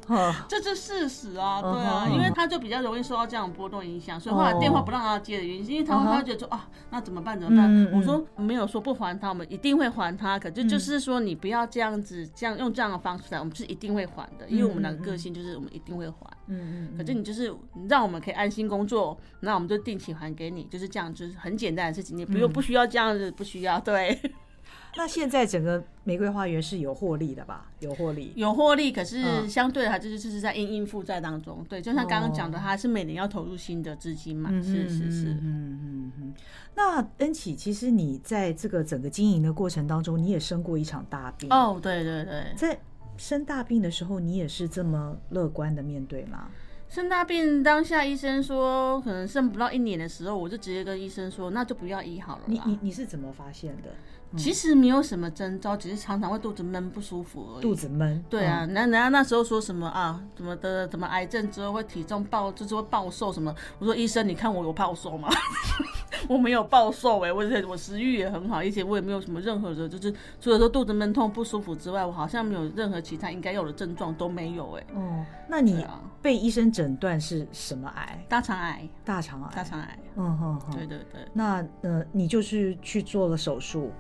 Speaker 1: 哈
Speaker 2: 这是事实啊，对
Speaker 1: 嗯
Speaker 2: 啊
Speaker 1: 哼哦
Speaker 2: 因为他就比较容易受到这样的波动影响，所以后来电话不让他接的原因，因为他
Speaker 1: 嗯哼
Speaker 2: 他会觉得说啊，那怎么办怎么办？
Speaker 1: 嗯嗯
Speaker 2: 我说没有说不还他，我们一定会还他，可就就是说你不要这样子，这样用这样的方式来，我们是一定会还的，因为我们两个个性就是我们一定会还。
Speaker 1: 嗯
Speaker 2: 可是你就是让我们可以安心工作，那我们就定期还给你，就是这样，就是很简单的事情，你
Speaker 1: 嗯
Speaker 2: 不用不需要这样子，不需要对，
Speaker 1: 那现在整个玫瑰花园是有获利的吧？有获利。
Speaker 2: 有获利，可是
Speaker 1: 嗯
Speaker 2: 相对的，它就是就是在应应负债当中，对，就像刚刚讲的，它是每年要投入新的资金嘛，是是
Speaker 1: 哦嗯
Speaker 2: 是，
Speaker 1: 嗯嗯嗯。那恩琪，其实你在这个整个经营的过程当中，你也生过一场大病。
Speaker 2: 哦，对对对，
Speaker 1: 在生大病的时候，你也是这么乐观的面对吗？
Speaker 2: 生大病当下医生说可能剩不到一年的时候，我就直接跟医生说，那就不要医好了
Speaker 1: 你嗯你
Speaker 2: 啦。
Speaker 1: 你是怎么发现的？
Speaker 2: 其实没有什么征兆，只是常常会肚子闷不舒服而已。
Speaker 1: 肚子闷。
Speaker 2: 对啊，
Speaker 1: 嗯，
Speaker 2: 那人家那时候说什么啊，怎么的，怎么癌症之后会体重暴，就是会暴瘦什么？我说医生，你看我有暴瘦吗？ 我没有暴瘦哎、我而且我食欲也很好，而且我也没有什么任何的，就是除了说肚子闷痛不舒服之外，我好像没有任何其他应该有的症状都没有哎、
Speaker 1: 哦，那
Speaker 2: 对
Speaker 1: 你
Speaker 2: 啊，
Speaker 1: 被医生诊断是什么癌？
Speaker 2: 大肠癌，
Speaker 1: 大肠癌。
Speaker 2: 大肠癌，
Speaker 1: 嗯哼
Speaker 2: 对
Speaker 1: 哼，
Speaker 2: 对对。
Speaker 1: 那呃，你就是去做了手术，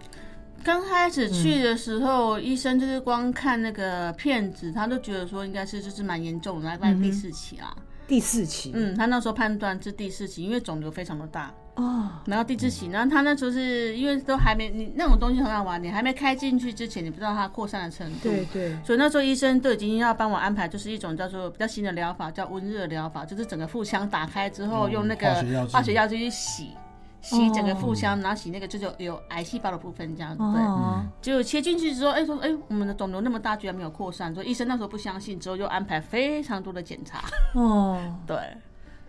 Speaker 2: 刚开
Speaker 1: 嗯
Speaker 2: 始去的时候，医生就是光看那个片子，他都觉得说应该是就是蛮严重的，大
Speaker 1: 嗯
Speaker 2: 概第四期啦。
Speaker 1: 第四期，
Speaker 2: 嗯，他那时候判断是第四期，因为肿瘤非常的大。
Speaker 1: 哦，
Speaker 2: 然后地质型，然后他那时候是因为都还没你那种东西很好玩，你还没开进去之前，你不知道它扩散的程度。
Speaker 1: 对对，
Speaker 2: 所以那时候医生都已经要帮我安排，就是一种叫做比较新的疗法，叫温热疗法，就是整个腹腔打开之后，
Speaker 3: 嗯
Speaker 2: 用那
Speaker 3: 化
Speaker 2: 个
Speaker 3: 学药剂
Speaker 2: 化学药剂去洗，洗整个腹腔，然后洗那个就是有有癌细胞的部分这样子。对，
Speaker 1: 哦，
Speaker 2: 结果切进去之后，哎说哎我们的肿瘤那么大，居然没有扩散，所以医生那时候不相信，之后又安排非常多的检查。
Speaker 1: 哦，
Speaker 2: 对，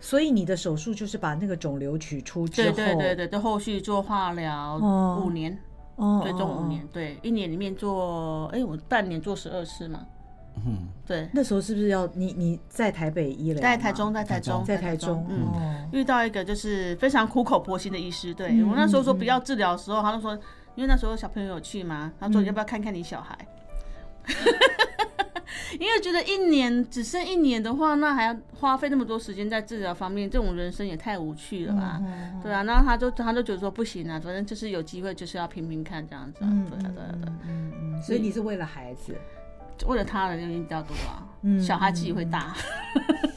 Speaker 1: 所以你的手术就是把那个肿瘤取出之
Speaker 2: 对
Speaker 1: 后，
Speaker 2: 对对对，就后续做化疗
Speaker 1: 哦
Speaker 2: 五年。
Speaker 1: 哦，
Speaker 2: 最终
Speaker 1: 哦
Speaker 2: 五年，，对，一年里面做，哎、我半年做十二次嘛，
Speaker 3: 嗯，
Speaker 2: 对，
Speaker 1: 那时候是不是要你你在台北医疗，
Speaker 2: 在台中，，在台中，
Speaker 1: 在台中，
Speaker 2: 嗯，
Speaker 1: 嗯，
Speaker 2: 遇到一个就是非常苦口婆心的医师，对、
Speaker 1: 嗯
Speaker 2: 我那时候说不要治疗的时候，他就说，因为那时候小朋友有去嘛，他
Speaker 1: 嗯
Speaker 2: 说你要不要看看你小孩？ 因为觉得一年只剩一年的话，那还要花费那么多时间在治疗方面，这种人生也太无趣了吧？
Speaker 1: 嗯
Speaker 2: 对啊，然后他就他就觉得说不行啊，反正就是有机会就是要拼拼看这样子、啊，对啊对啊对啊
Speaker 1: 嗯嗯嗯，所以你是为了孩子，
Speaker 2: 为了他的原因比较多啊，
Speaker 1: 嗯
Speaker 2: 小孩自己会大。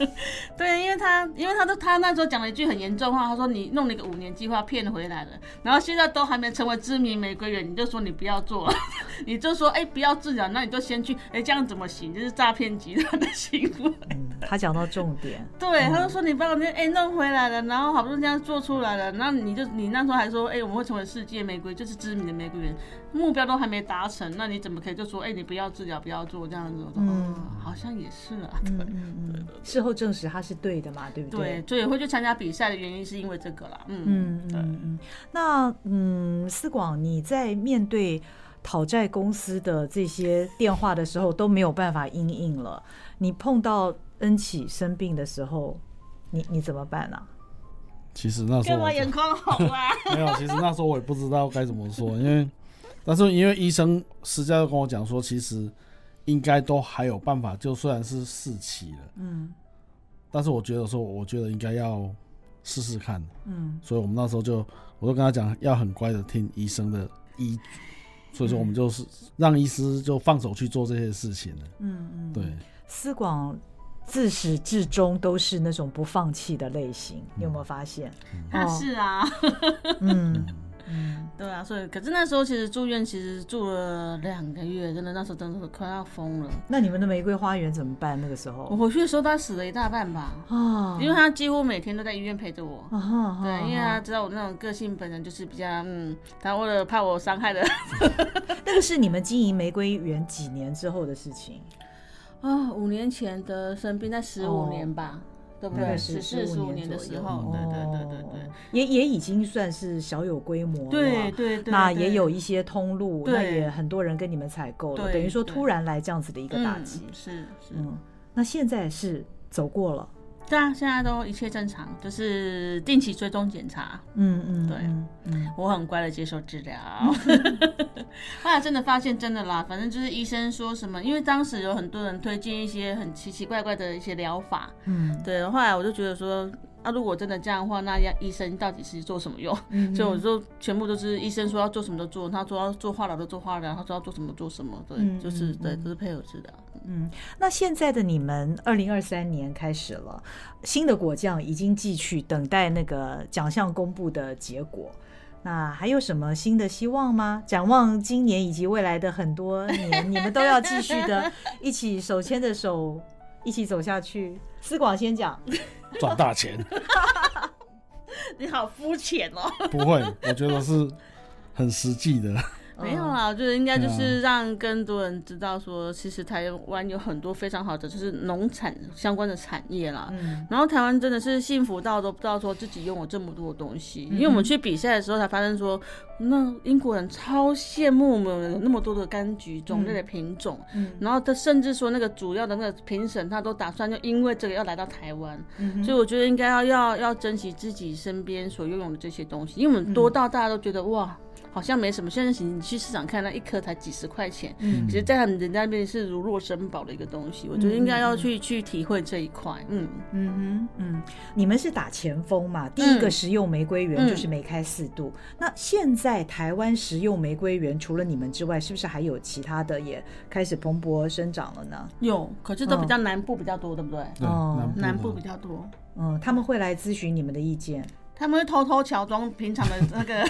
Speaker 2: 对，因为他，因为他都他那时候讲了一句很严重的话，他说你弄了一个五年计划骗回来了，然后现在都还没成为知名玫瑰园，你就说你不要做， 你就说哎、不要治疗，那你就先去，哎、这样怎么行？这是诈骗集团的行为。
Speaker 1: 嗯，他讲到重点，
Speaker 2: 对，他就说你把我那哎、弄回来了，然后好不容易这样做出来了，然后你就你那时候还说哎、我们会成为世界玫瑰，就是知名的玫瑰园，目标都还没达成，那你怎么可以就说哎、你不要治疗不要做这样子？我说、
Speaker 1: 嗯
Speaker 2: 嗯、好像也是啊，
Speaker 1: 嗯嗯嗯，事后证实他是对的嘛，对不
Speaker 2: 对，所以会去参加比赛的原因是因为这个啦，嗯
Speaker 1: 嗯嗯嗯，那嗯，思广，你在面对讨债公司的这些电话的时候都没有办法应应了。你碰到恩启生病的时候，你你怎么办啊呢、
Speaker 3: 其实那时
Speaker 2: 干
Speaker 3: 候我
Speaker 2: 嘛眼眶红 啊？
Speaker 3: 没有，其实那时候我也不知道该怎么说，因为但是因为医生私下就跟我讲说，其实应该都还有办法，就虽然是四期了，
Speaker 1: 嗯
Speaker 3: 但是我觉得说，我觉得应该要试试看，
Speaker 1: 嗯
Speaker 3: 所以我们那时候就我就跟他讲，要很乖的听医生的医嘱，所以说我们就是让医师就放手去做这些事情了，
Speaker 1: 嗯嗯，
Speaker 3: 对。。
Speaker 1: 思广自始至终都是那种不放弃的类型，你有没有发现？
Speaker 2: 他是啊，
Speaker 1: 嗯嗯
Speaker 2: 对啊，所以可是那时候其实住院，其实住了两个月，真的那时候真的是快要疯了。
Speaker 1: 那你们的玫瑰花园怎么办？那个时
Speaker 2: 我
Speaker 1: 候
Speaker 2: 回去的时候，他死了一大半吧，
Speaker 1: 啊，
Speaker 2: 因为他几乎每天都在医院陪着我。
Speaker 1: 啊哈
Speaker 2: 对，因为他
Speaker 1: 啊
Speaker 2: 知道我那种个性，本人就是比较嗯，他为了怕我伤害的
Speaker 1: 哈那个是你们经营玫瑰园几年之后的事情，
Speaker 2: 啊，五年前的生病，在十
Speaker 1: 哦
Speaker 2: 五年吧，对不
Speaker 1: 大概
Speaker 2: 对？
Speaker 1: 是
Speaker 2: 十四十
Speaker 1: 15
Speaker 2: 五
Speaker 1: 年
Speaker 2: 年的
Speaker 1: 左
Speaker 2: 时
Speaker 1: 右
Speaker 2: 候，对对对对
Speaker 1: 哦
Speaker 2: 对。
Speaker 1: 也也已经算是小有规模了。
Speaker 2: 对对对，
Speaker 1: 那
Speaker 2: 对
Speaker 1: 也有一些通路，
Speaker 2: 对
Speaker 1: 那也很多人跟你们采购了，
Speaker 2: 对
Speaker 1: 等于说
Speaker 2: 对
Speaker 1: 突然来这样子的一个打击。
Speaker 2: 嗯、是是，
Speaker 1: 嗯，那现在是走过了，
Speaker 2: 对啊，现在都一切正常，就是定期追踪检查，
Speaker 1: 嗯嗯，
Speaker 2: 对
Speaker 1: 嗯嗯
Speaker 2: 我很乖的接受治疗。后来真的发现真的啦，反正就是医生说什么，因为当时有很多人推荐一些很奇奇怪怪的一些疗法，
Speaker 1: 嗯
Speaker 2: 对，后来我就觉得说。啊，如果真的这样的话，那医生到底是做什么用？
Speaker 1: 嗯，
Speaker 2: 所以我就全部都是医生说要做什么都做，他说要做化疗就做化疗，他说要做什么做什么，对，
Speaker 1: 嗯
Speaker 2: 就是
Speaker 1: 嗯
Speaker 2: 对，
Speaker 1: 嗯
Speaker 2: 都是配合治疗。
Speaker 1: 嗯，那现在的你们，二零二三年开始了，新的果酱已经寄去，等待那个奖项公布的结果。那还有什么新的希望吗？展望今年以及未来的很多年，你们都要继续的，一起手牵着手，一起走下去。思广先讲，
Speaker 3: 赚大钱
Speaker 2: 你好肤浅哦。
Speaker 3: 不会，我觉得是很实际的。
Speaker 2: 没有
Speaker 1: 嗯
Speaker 2: 啦，我觉得应该就是让更多人知道说，其实台湾有很多非常好的就是农产相关的产业啦。
Speaker 1: 嗯，
Speaker 2: 然后台湾真的是幸福到都不知道说自己拥有这么多东西，因为
Speaker 1: 嗯
Speaker 2: 我们去比赛的时候才发现说，那英国人超羡慕我们有那么多的柑橘种类的品种，
Speaker 1: 嗯
Speaker 2: 然后他甚至说那个主要的那个评审他都打算就因为这个要来到台湾，
Speaker 1: 嗯哼
Speaker 2: 所以我觉得应该要要要珍惜自己身边所拥有的这些东西，因为我
Speaker 1: 嗯
Speaker 2: 们多到大家都觉得、哇，好像没什么。现在你去市场看，那一颗才几十块钱，
Speaker 1: 嗯
Speaker 2: 其实，在他们人家那边是如获珍宝的一个东西。我觉得应该要去、去体会这一块。嗯，
Speaker 1: 嗯哼，嗯，你们是打前锋嘛？第一个
Speaker 2: 嗯
Speaker 1: 食用玫瑰园就是梅开四度。那现在台湾食用玫瑰园除了你们之外，是不是还有其他的也开始蓬勃生长了呢？
Speaker 2: 有，可是都比较南部比较多，对不对？
Speaker 3: 对
Speaker 1: 哦
Speaker 3: 南部
Speaker 2: 南部比
Speaker 3: 的
Speaker 2: 较多。
Speaker 1: 嗯，他们会来咨询你们的意见。
Speaker 2: 他们会偷偷乔装平常的那 个，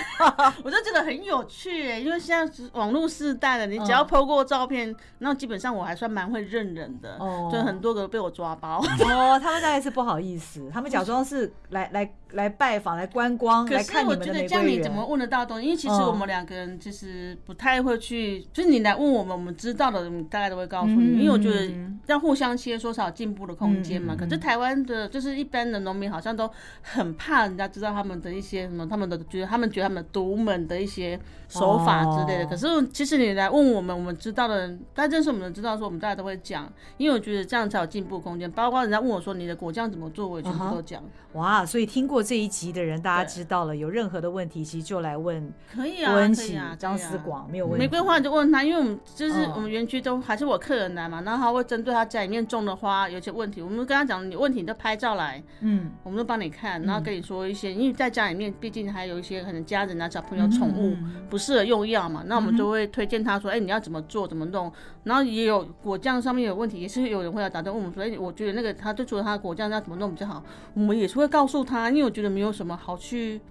Speaker 2: 我就觉得很有趣耶，因为现在是网络世代了，你只要
Speaker 1: 嗯
Speaker 2: PO 过照片，那基本上我还算蛮会认人的，
Speaker 1: 哦
Speaker 2: 就很多个被我抓包。
Speaker 1: 哦，他们大概是不好意 思，哦他们假装是呃来来来拜访、来观光、
Speaker 2: 可
Speaker 1: 来
Speaker 2: 是
Speaker 1: 看
Speaker 2: 我
Speaker 1: 你们
Speaker 2: 觉
Speaker 1: 的
Speaker 2: 得
Speaker 1: 玫
Speaker 2: 这样
Speaker 1: 瑰
Speaker 2: 你怎么
Speaker 1: 园。
Speaker 2: 问得到东西？因为其实
Speaker 1: 嗯
Speaker 2: 我们两个人其实不太会去，就是你来问我们，我们知道的，我们大概都会告诉你。
Speaker 1: 嗯
Speaker 2: 因为我觉得要互相切磋才有进步的空间嘛。可是台湾
Speaker 1: 嗯
Speaker 2: 的，就是一般的农民好像都很怕人家知道他们的一些什么，他们的觉得他们觉得他们独门的一些手法之类的。
Speaker 1: 哦
Speaker 2: 可是其实你来问我们，我们知道的人，但认识我们的人知道说，我们大家都会讲，因为我觉得这样才有进步空间。包括人家问我说你的果酱怎么做，我也全
Speaker 1: 嗯
Speaker 2: 部
Speaker 1: 哼
Speaker 2: 都讲。
Speaker 1: 哇，所以听过这一集的人，大家
Speaker 2: 对
Speaker 1: 知道了，有任何的问题其实就来问
Speaker 2: 可以啊，
Speaker 1: 温
Speaker 2: 可以
Speaker 1: 启
Speaker 2: 啊，、
Speaker 1: 张
Speaker 2: 可以啊
Speaker 1: 思广，没有问题。
Speaker 2: 玫瑰花你就问他，因为我们就是
Speaker 1: 嗯
Speaker 2: 我们园区都还是我客人来嘛，然后他会针对他家里面种的花有些问题，我们跟他讲你问题你就拍照来，
Speaker 1: 嗯，
Speaker 2: 我们就帮你看，然后跟你说一些，因为在家里面毕竟还有一些可能家人啊、小朋友、宠物
Speaker 1: 嗯
Speaker 2: 不适合用药嘛，那我们就会推荐他说，哎，你要怎么做、怎么弄，然后也有果酱上面有问题，也是有人会来打断问我们说，哎，我觉得那个他就除了他的果酱要怎么弄比较好，我们也是会告诉他，因为我觉得没有什么好去，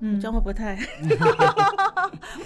Speaker 1: 嗯
Speaker 2: 这样会不会太？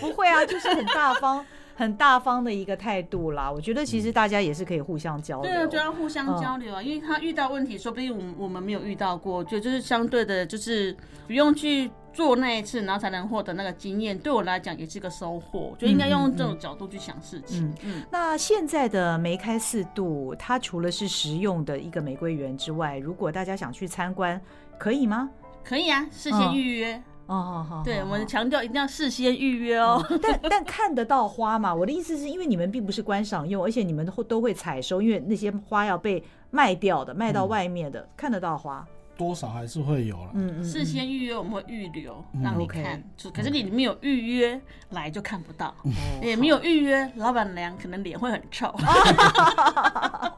Speaker 1: 不会啊，就是很大方、 很大方的一个态度啦。我觉得其实大家也是可以互相交流。
Speaker 2: 嗯对啊，就要互
Speaker 1: 嗯
Speaker 2: 相交流啊，因为他遇到问题，说不定我们我们没有遇到过，就就是相对的，就是不用去做那一次，然后才能获得那个经验。对我来讲也是个收获，就应该用
Speaker 1: 嗯
Speaker 2: 这种角度去想事情。嗯，
Speaker 1: 那现在的梅开四度，它除了是食用的一个玫瑰园之外，如果大家想去参观，可以吗？
Speaker 2: 可以啊，事先预约。
Speaker 1: 哦哦哦，
Speaker 2: 对，
Speaker 1: 哦
Speaker 2: 我们
Speaker 1: 哦
Speaker 2: 强调一定要事先预约哦。
Speaker 1: 但但看得到花嘛？我的意思是因为你们并不是观赏用，而且你们都都会采收，因为那些花要被卖掉的，卖到外面的，看得到花。
Speaker 3: 多少还是会有了。
Speaker 1: 嗯嗯，
Speaker 2: 事
Speaker 1: 嗯
Speaker 2: 先预约我们会预留让你
Speaker 1: OK 嗯
Speaker 2: 看，就可是你没有预约来就看不到，
Speaker 1: 哦
Speaker 2: 也没有预约，老板娘可能脸会很臭。嗯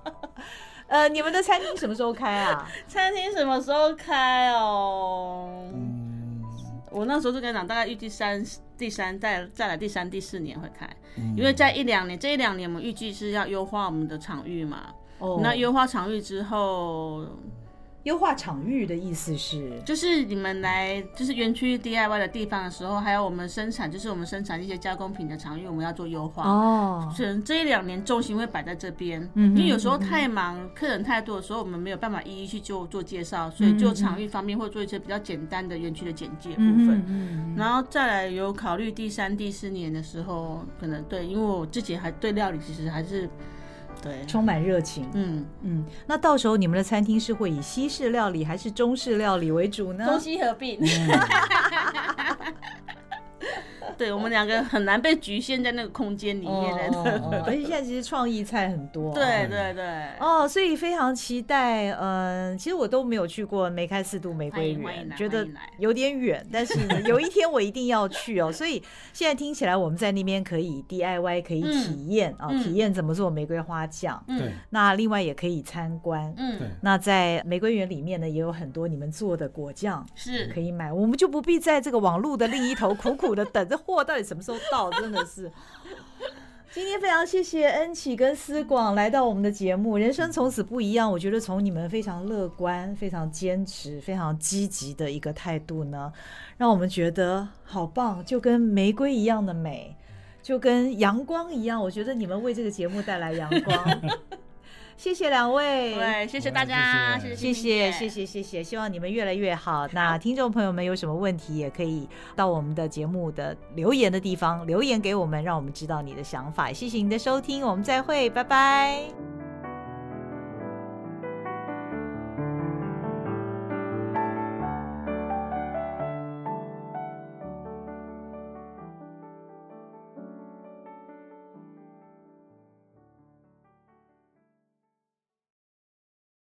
Speaker 1: 呃，你们的餐厅什么时候开啊？
Speaker 2: 餐厅什么时候开哦？
Speaker 3: 嗯，
Speaker 2: 我那时候就跟你讲，大概预计三第三再再来第三第四年会开，因为在一两年这一两年我们预计是要优化我们的场域嘛。
Speaker 1: 哦，
Speaker 2: 那优化场域之后，
Speaker 1: 优化场域的意思是，
Speaker 2: 就是你们来就是园区 DIY 的地方的时候，还有我们生产就是我们生产一些加工品的场域，我们要做优化。
Speaker 1: 哦，
Speaker 2: 可能这一两年重心会摆在这边，
Speaker 1: 嗯哼
Speaker 2: 因为有时候太忙，客人太多的时候，我们没有办法一一去做做介绍，所以就场域方面会做一些比较简单的园区的简介部分。
Speaker 1: 嗯嗯嗯
Speaker 2: 然后再来有考虑第三、第四年的时候，可能对，因为我自己还对料理其实还是对
Speaker 1: 嗯，充满热情。
Speaker 2: 嗯，
Speaker 1: 嗯，那到时候你们的餐厅是会以西式料理还是中式料理为主呢？
Speaker 2: 西合并。对我们两个很难被局限在那个空间里面的。
Speaker 1: 哦哦哦而且现在其实创意菜很多。
Speaker 2: 对对对，
Speaker 1: 哦，所以非常期待。嗯，其实我都没有去过梅开四度玫瑰
Speaker 2: 欢迎欢迎
Speaker 1: 园，
Speaker 2: 来
Speaker 1: 觉
Speaker 2: 欢
Speaker 1: 得
Speaker 2: 迎来
Speaker 1: 有点远，但是 呢有一天我一定要去哦。所以现在听起来我们在那边可以 DIY，可以
Speaker 2: 嗯
Speaker 1: 体验啊，
Speaker 2: 嗯
Speaker 1: 体验怎么做玫瑰花酱。
Speaker 3: 对
Speaker 1: 那另外也可以参观。
Speaker 3: 对
Speaker 2: 嗯，，
Speaker 1: 那在玫瑰园里面呢，也有很多你们做的果酱
Speaker 2: 是
Speaker 1: 可以买，我们就不必在这个网路的另一头苦苦的等这货到底什么时候到，真的是。今天非常谢谢恩启跟思广来到我们的节目，人生从此不一样。我觉得从你们非常乐观、非常坚持、非常积极的一个态度呢，让我们觉得好棒，就跟玫瑰一样的美，就跟阳光一样。我觉得你们为这个节目带来阳光， 谢谢两位。
Speaker 2: 对，谢谢大家，
Speaker 3: 谢谢
Speaker 1: 谢谢
Speaker 2: 谢谢
Speaker 1: 谢谢谢谢，希望你们越来越好。那听众朋友们有什么问题，也可以到我们的节目的留言的地方留言给我们，让我们知道你的想法。谢谢你的收听，我们再会，拜拜。